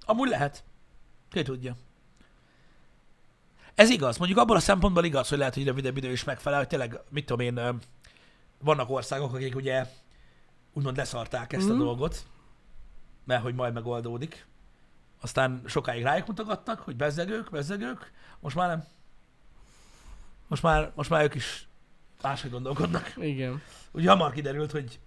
[SPEAKER 1] Amúgy lehet. Ki tudja. Ez igaz. Mondjuk abban a szempontból igaz, hogy lehet, hogy rövidebb idő is megfelel, hogy tényleg, mit tudom én, ö, vannak országok, akik ugye úgymond leszarták ezt mm. a
[SPEAKER 2] Mhm.
[SPEAKER 1] dolgot, mert hogy majd megoldódik. Aztán sokáig rájuk mutogattak, hogy bezzegők, bezzegők. Most már nem. Most már, most már ők is máshogy gondolkodnak.
[SPEAKER 2] Igen.
[SPEAKER 1] Ugye hamar kiderült, hogy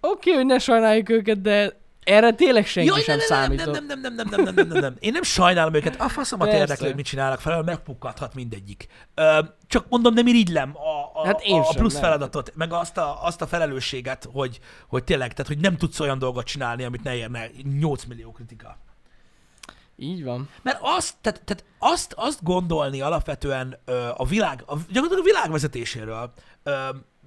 [SPEAKER 2] Oké, hogy ne sajnáljuk őket, de erre tényleg senki
[SPEAKER 1] Jaj,
[SPEAKER 2] sem
[SPEAKER 1] ne, ne,
[SPEAKER 2] számított.
[SPEAKER 1] Nem, nem, nem, nem, nem, nem, nem, nem, nem. Én nem sajnálom őket. A faszomat
[SPEAKER 2] Persze.
[SPEAKER 1] érdekli, hogy mit csinálnak fel, megpukkadhat mindegyik. Ö, csak mondom, nem irigylem a, a,
[SPEAKER 2] Hát én
[SPEAKER 1] a, a
[SPEAKER 2] sem,
[SPEAKER 1] plusz
[SPEAKER 2] nem.
[SPEAKER 1] feladatot, meg azt a, azt a felelősséget, hogy, hogy tényleg, tehát hogy nem tudsz olyan dolgot csinálni, amit ne érne 8 millió kritika.
[SPEAKER 2] Így van.
[SPEAKER 1] Mert azt, tehát, tehát azt, azt gondolni alapvetően ö, a világ, a, gyakorlatilag a világ vezetéséről, ö,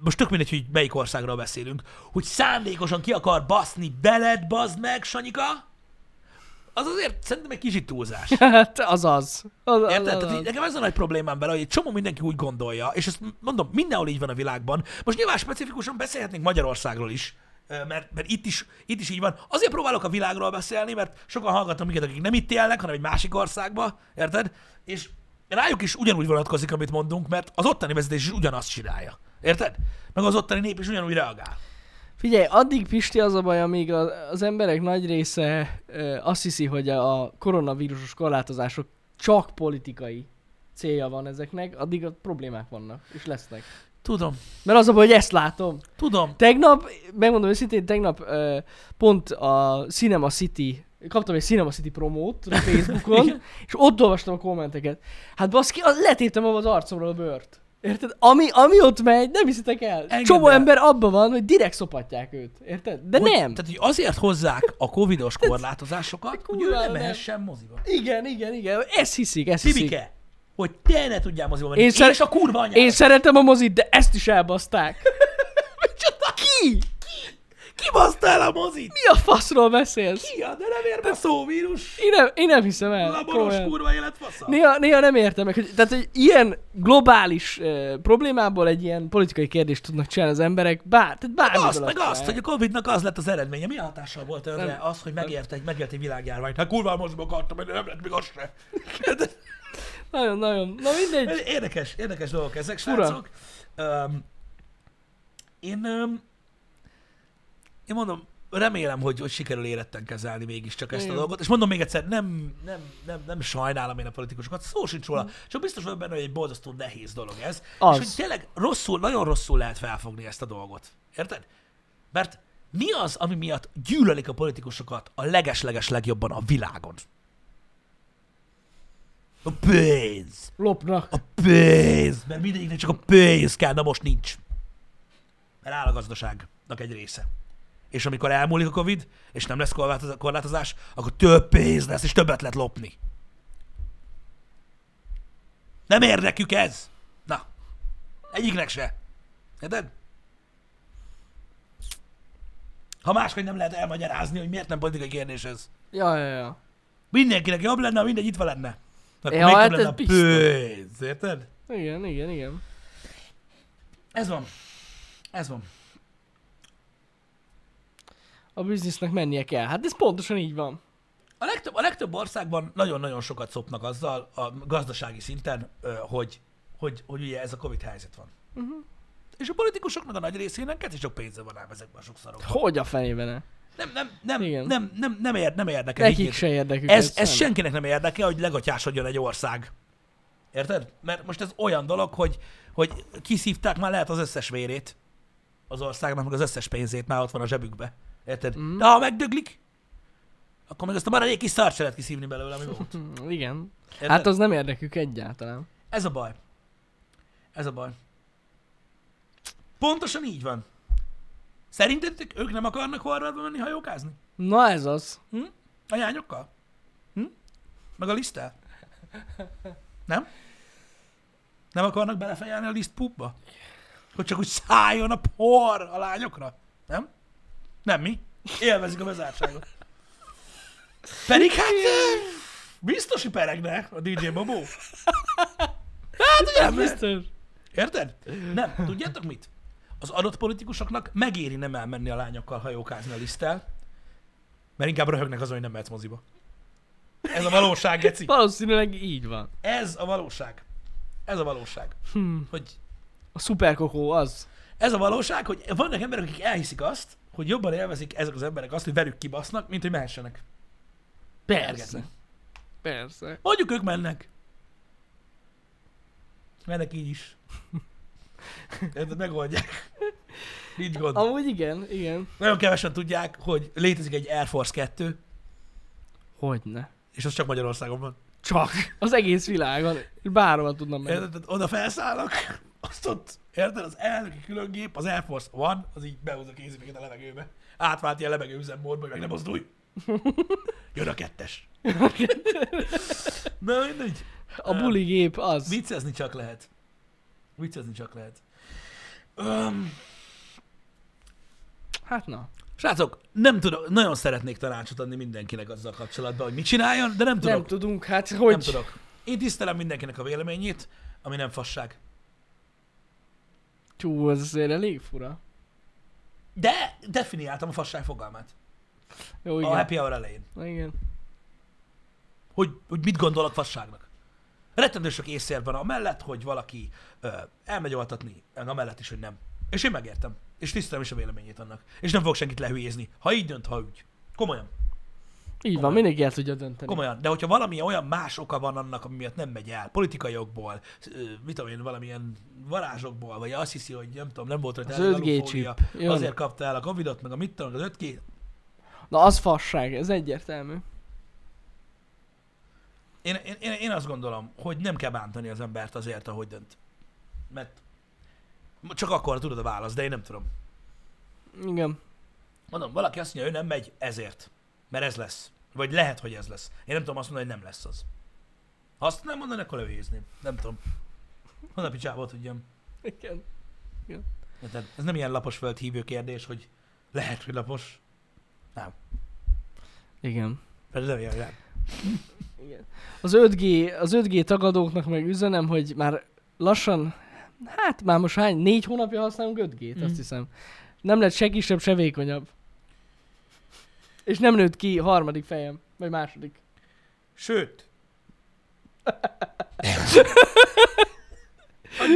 [SPEAKER 1] most tök mindegy, hogy melyik országról beszélünk, hogy szándékosan ki akar baszni beled, bazd meg, Sanyika, az azért szerintem egy kicsit túlzás.
[SPEAKER 2] Hát az az. az, az,
[SPEAKER 1] Érted?
[SPEAKER 2] az,
[SPEAKER 1] Tehát így
[SPEAKER 2] az.
[SPEAKER 1] nekem ez a nagy problémám vele, hogy egy csomó mindenki úgy gondolja, és ezt mondom, mindenhol így van a világban. Most nyilván specifikusan beszélhetnénk Magyarországról is, ö, mert, mert itt, is, itt is így van. Azért próbálok a világról beszélni, mert sokan hallgatom minket, akik nem itt élnek, hanem egy másik országba, érted? És rájuk is ugyanúgy vonatkozik, amit mondunk, mert az ottani vezetés is ugyanazt csinálja. Érted? Meg az ottani nép is ugyanúgy reagál.
[SPEAKER 2] Figyelj, addig Pisti az a baj, amíg a- az emberek nagy része ö, azt hiszi, hogy a koronavírusos korlátozások csak politikai célja van ezeknek, addig a problémák vannak, és lesznek.
[SPEAKER 1] Tudom,
[SPEAKER 2] Mert az a baj, hogy ezt látom.
[SPEAKER 1] tudom.
[SPEAKER 2] Tegnap, megmondom őszintén, tegnap ö, pont a Cinema City, kaptam egy Cinema City promót a Facebookon, és ott olvastam a kommenteket. Hát baszki, az- letéptem abba az arcomra a bört. Érted? Ami, ami ott megy, nem hiszitek el.
[SPEAKER 1] Engedd
[SPEAKER 2] Csomó
[SPEAKER 1] el.
[SPEAKER 2] ember abban van, hogy direkt szopatják őt. Érted? De
[SPEAKER 1] hogy,
[SPEAKER 2] nem.
[SPEAKER 1] Tehát, hogy azért hozzák a covidos korlátozásokat, hogy ő
[SPEAKER 2] kurvára
[SPEAKER 1] nem
[SPEAKER 2] nem.
[SPEAKER 1] mehessen moziba.
[SPEAKER 2] Igen, igen, igen. Ezt hiszik, ezt hiszik.
[SPEAKER 1] Tibike, hogy te ne tudjál moziba menni.
[SPEAKER 2] Én
[SPEAKER 1] Én,
[SPEAKER 2] szer-
[SPEAKER 1] és a kurva anyád.
[SPEAKER 2] Én szeretem a mozit, de ezt is elbaszták.
[SPEAKER 1] Micsoda? Ki? Kibasztál a mozit?
[SPEAKER 2] Mi a faszról beszélsz?
[SPEAKER 1] Ki a de nem érbe szóvírus?
[SPEAKER 2] Én nem, én nem hiszem el.
[SPEAKER 1] Laboros
[SPEAKER 2] Komolyan.
[SPEAKER 1] kurva életfasza?
[SPEAKER 2] Néha, néha nem értem meg, hogy, tehát egy ilyen globális uh, problémából egy ilyen politikai kérdést tudnak csinálni az emberek, bár, tehát bármiből
[SPEAKER 1] Azt, meg azt, hogy
[SPEAKER 2] csinálják.
[SPEAKER 1] a Covid-nak az lett az eredménye. Mi hatással volt önre
[SPEAKER 2] Nem.
[SPEAKER 1] az, hogy megért egy, megért egy világjárványt? Hát kurva moziba akartam, de nem lett még az se.
[SPEAKER 2] Nagyon, nagyon, na mindegy.
[SPEAKER 1] Érdekes, érdekes dolgok ezek,
[SPEAKER 2] Fura.
[SPEAKER 1] srácok. Um, én, um, én mondom, remélem, hogy, hogy sikerül éretten kezelni mégiscsak ezt a
[SPEAKER 2] Igen.
[SPEAKER 1] dolgot. És mondom még egyszer, nem, nem, nem, nem sajnálom én a politikusokat, szó sincs róla. Csak biztos vagyok benne, hogy egy borzasztó nehéz dolog ez.
[SPEAKER 2] Mm. Az.
[SPEAKER 1] És hogy tényleg rosszul, nagyon rosszul lehet felfogni ezt a dolgot. Érted? Mert mi az, ami miatt gyűlölik a politikusokat a leges-leges legjobban a világon? A pénz.
[SPEAKER 2] Lopnak.
[SPEAKER 1] A pénz, mert mindegyiknek csak a pénz kell, na most nincs. Mert áll a gazdaságnak egy része. És amikor elmúlik a Covid, és nem lesz korlátoz- korlátozás, akkor több pénz lesz, és többet lehet lopni. Nem érdekük ez? Na, egyiknek se. Érted? Ha máshogy nem lehet elmagyarázni, hogy miért nem politikai kérdés ez.
[SPEAKER 2] Ja, ja, ja. mindenkinek
[SPEAKER 1] Mindenkinek jobb lenne, ha mindegy itt van lenne. Akkor
[SPEAKER 2] Ja,
[SPEAKER 1] még
[SPEAKER 2] hát
[SPEAKER 1] több
[SPEAKER 2] ez
[SPEAKER 1] lenne a
[SPEAKER 2] biztos.
[SPEAKER 1] pénz, érted?
[SPEAKER 2] Igen, igen, igen.
[SPEAKER 1] Ez van. Ez van.
[SPEAKER 2] A biznisznek mennie kell. Hát ez pontosan így van.
[SPEAKER 1] A legtöbb, a legtöbb országban nagyon-nagyon sokat szopnak azzal a gazdasági szinten, ö, hogy, hogy, hogy ugye ez a Covid helyzet van. Uh-huh.
[SPEAKER 2] Mhm.
[SPEAKER 1] És a politikusoknak a nagy részének kett sok pénze van ám ezekben a sok szarokban.
[SPEAKER 2] Hogy a fenébe ne?
[SPEAKER 1] Nem, nem, nem,
[SPEAKER 2] Igen.
[SPEAKER 1] nem, nem, nem, ér, nem érdekel.
[SPEAKER 2] Nekik
[SPEAKER 1] így-
[SPEAKER 2] se érdekük.
[SPEAKER 1] ez, ez
[SPEAKER 2] nem.
[SPEAKER 1] senkinek nem érdekel, hogy legatyásodjon egy ország. Érted? Mert most ez olyan dolog, hogy, hogy kiszívták már lehet az összes vérét az országnak, meg az összes pénzét már ott van a zsebükbe. Érted? Mm. De ha megdöglik, akkor meg azt a maradék kis szart se lehet kiszívni belőle, ami volt.
[SPEAKER 2] Hm, Igen.
[SPEAKER 1] Érted?
[SPEAKER 2] Hát az nem érdekük egyáltalán.
[SPEAKER 1] Ez a baj. Ez a baj. Pontosan így van. Szerintetek ők nem akarnak Horvátba menni hajókázni?
[SPEAKER 2] Na ez az.
[SPEAKER 1] Hm? A jányokkal? Hm? Meg a liszttel? Nem? Nem akarnak belefejelni a liszt pupba? Hogy csak úgy szálljon a por a lányokra? Nem? Nem mi? Élvezik a bezártságot. Pedig hát ö, biztos, hogy peregne a DJ Babó. Hát ugye nem lehet.
[SPEAKER 2] Biztos.
[SPEAKER 1] Érted? Nem. Tudjátok mit? Az adott politikusoknak megéri nem elmenni a lányokkal hajókázni a liszttel, mert inkább röhögnek azon, hogy nem mehetsz moziba. Ez a valóság, geci.
[SPEAKER 2] Valószínűleg így van.
[SPEAKER 1] Ez a valóság. Ez a valóság.
[SPEAKER 2] Hm.
[SPEAKER 1] Hogy
[SPEAKER 2] A szuperkokó az.
[SPEAKER 1] ez a valóság, hogy vannak emberek, akik elhiszik azt, hogy jobban élvezik ezek az emberek azt, hogy velük kibasznak, mint hogy mehessenek.
[SPEAKER 2] Persze. Persze.
[SPEAKER 1] Mondjuk ők mennek. Mennek így is. Érted? Megoldják. Nincs gond.
[SPEAKER 2] Amúgy igen, igen.
[SPEAKER 1] Nagyon kevesen tudják, hogy létezik egy Air Force 2,
[SPEAKER 2] Hogyne.
[SPEAKER 1] és az csak Magyarországon van.
[SPEAKER 2] Csak. Az egész világon. Bárhova tudnám meg.
[SPEAKER 1] Érted? Tehát Oda felszállnak, azt ott, érted? Az elnöki különgép, az Air Force One, az így behúz a kéziféket a levegőbe. Átválti a levegő üzemmódba, hogy meg nem mozdulj. Jön a kettes. Na mindegy.
[SPEAKER 2] A buli gép az.
[SPEAKER 1] Viccezni csak lehet. Viccezni csak lehet. Um,
[SPEAKER 2] Hát na.
[SPEAKER 1] srácok, nem tudom, nagyon szeretnék tanácsot adni mindenkinek azzal kapcsolatban, hogy mit csináljon, de nem tudok.
[SPEAKER 2] Nem tudunk, hát hogy.
[SPEAKER 1] Nem tudok. Én tisztelem mindenkinek a véleményét, ami nem fasság.
[SPEAKER 2] Csú, ez azért elég fura.
[SPEAKER 1] De definiáltam a fasság fogalmát.
[SPEAKER 2] Jó,
[SPEAKER 1] Igen. A
[SPEAKER 2] igen.
[SPEAKER 1] happy hour elején.
[SPEAKER 2] igen.
[SPEAKER 1] Hogy, hogy mit gondolok fasságnak. Rettentő sok észért van amellett, hogy valaki ö, elmegy oltatni, meg amellett is, hogy nem. És én megértem. És tisztelem is a véleményét annak. És nem fog senkit lehülyézni. Ha így dönt, ha úgy. Komolyan.
[SPEAKER 2] Így van,
[SPEAKER 1] Komolyan.
[SPEAKER 2] mindenki el tudja dönteni.
[SPEAKER 1] Komolyan. De hogyha valami olyan más oka van annak, ami miatt nem megy el, politikai okból, ö, mit tudom én, valamilyen varázsokból, vagy azt hiszi, hogy nem tudom, nem volt rajta
[SPEAKER 2] Az
[SPEAKER 1] elég
[SPEAKER 2] 5G
[SPEAKER 1] alufólia,
[SPEAKER 2] csip. Jön.
[SPEAKER 1] azért kapta el a Covidot, meg a mit tudom, az 5G.
[SPEAKER 2] Na az fasság, ez egyértelmű.
[SPEAKER 1] Én, én, én, én azt gondolom, hogy nem kell bántani az embert azért, ahogy dönt. Mert csak akkor tudod a választ, de én nem tudom.
[SPEAKER 2] Igen.
[SPEAKER 1] Mondom, valaki azt mondja, ő nem megy ezért. Mert ez lesz. Vagy lehet, hogy ez lesz. Én nem tudom azt mondani, hogy nem lesz az. Ha azt nem mondani, akkor levézni. Nem tudom. Honnan picsába tudjam.
[SPEAKER 2] Igen.
[SPEAKER 1] Érted? Ez nem ilyen lapos föld hívő kérdés, hogy lehet, hogy lapos.
[SPEAKER 2] Igen.
[SPEAKER 1] Pedig nem ilyen, hogy nem.
[SPEAKER 2] Igen. Az 5G, az 5G tagadóknak meg üzenem, hogy már lassan, hát már most hány, négy hónapja használunk 5G-t, mm.
[SPEAKER 1] Mhm.
[SPEAKER 2] azt hiszem. Nem lett se kisebb, se vékonyabb. És nem nőtt ki harmadik fejem, vagy második.
[SPEAKER 1] Sőt.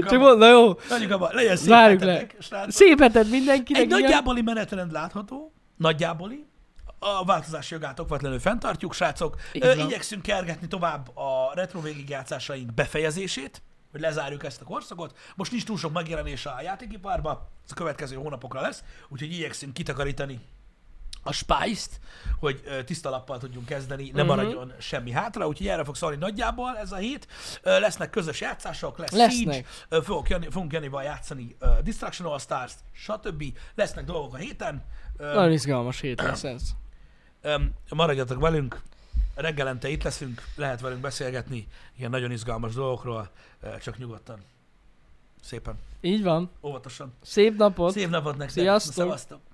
[SPEAKER 2] Csak mond, na jó,
[SPEAKER 1] Hagyjuk abba, legyen szép
[SPEAKER 2] Zárjuk le.
[SPEAKER 1] hetetek, srácok.
[SPEAKER 2] szép heted mindenkinek.
[SPEAKER 1] Egy
[SPEAKER 2] igen.
[SPEAKER 1] nagyjáboli menetrend látható, nagyjáboli. A változás jogát okvetlenül fenntartjuk, srácok.
[SPEAKER 2] Így
[SPEAKER 1] Ö,
[SPEAKER 2] van.
[SPEAKER 1] Igyekszünk kergetni tovább a retro végigjátszásaink befejezését, hogy lezárjuk ezt a korszakot. Most nincs túl sok megjelenése a játékiparba, ez a következő hónapokra lesz, úgyhogy igyekszünk kitakarítani a spice-t, hogy ö, tiszta lappal tudjunk kezdeni, ne
[SPEAKER 2] Mhm.
[SPEAKER 1] maradjon semmi hátra, úgyhogy erre fog szólni nagyjából ez a hét. Ö, Lesznek közös játszások, lesz
[SPEAKER 2] Lesznek.
[SPEAKER 1] Siege, Ö, fogok jönni, fogunk Janival játszani uh, Destruction All Stars, stb. Lesznek dolgok a héten.
[SPEAKER 2] Nagyon
[SPEAKER 1] Uh,
[SPEAKER 2] izgalmas hét lesz ez.
[SPEAKER 1] um, maradjatok velünk, reggelente itt leszünk, lehet velünk beszélgetni ilyen nagyon izgalmas dolgokról, uh, csak nyugodtan. Szépen,
[SPEAKER 2] Így van.
[SPEAKER 1] óvatosan.
[SPEAKER 2] Szép napot.
[SPEAKER 1] Szép napot nektek!
[SPEAKER 2] Sziasztok.
[SPEAKER 1] Szevasztok!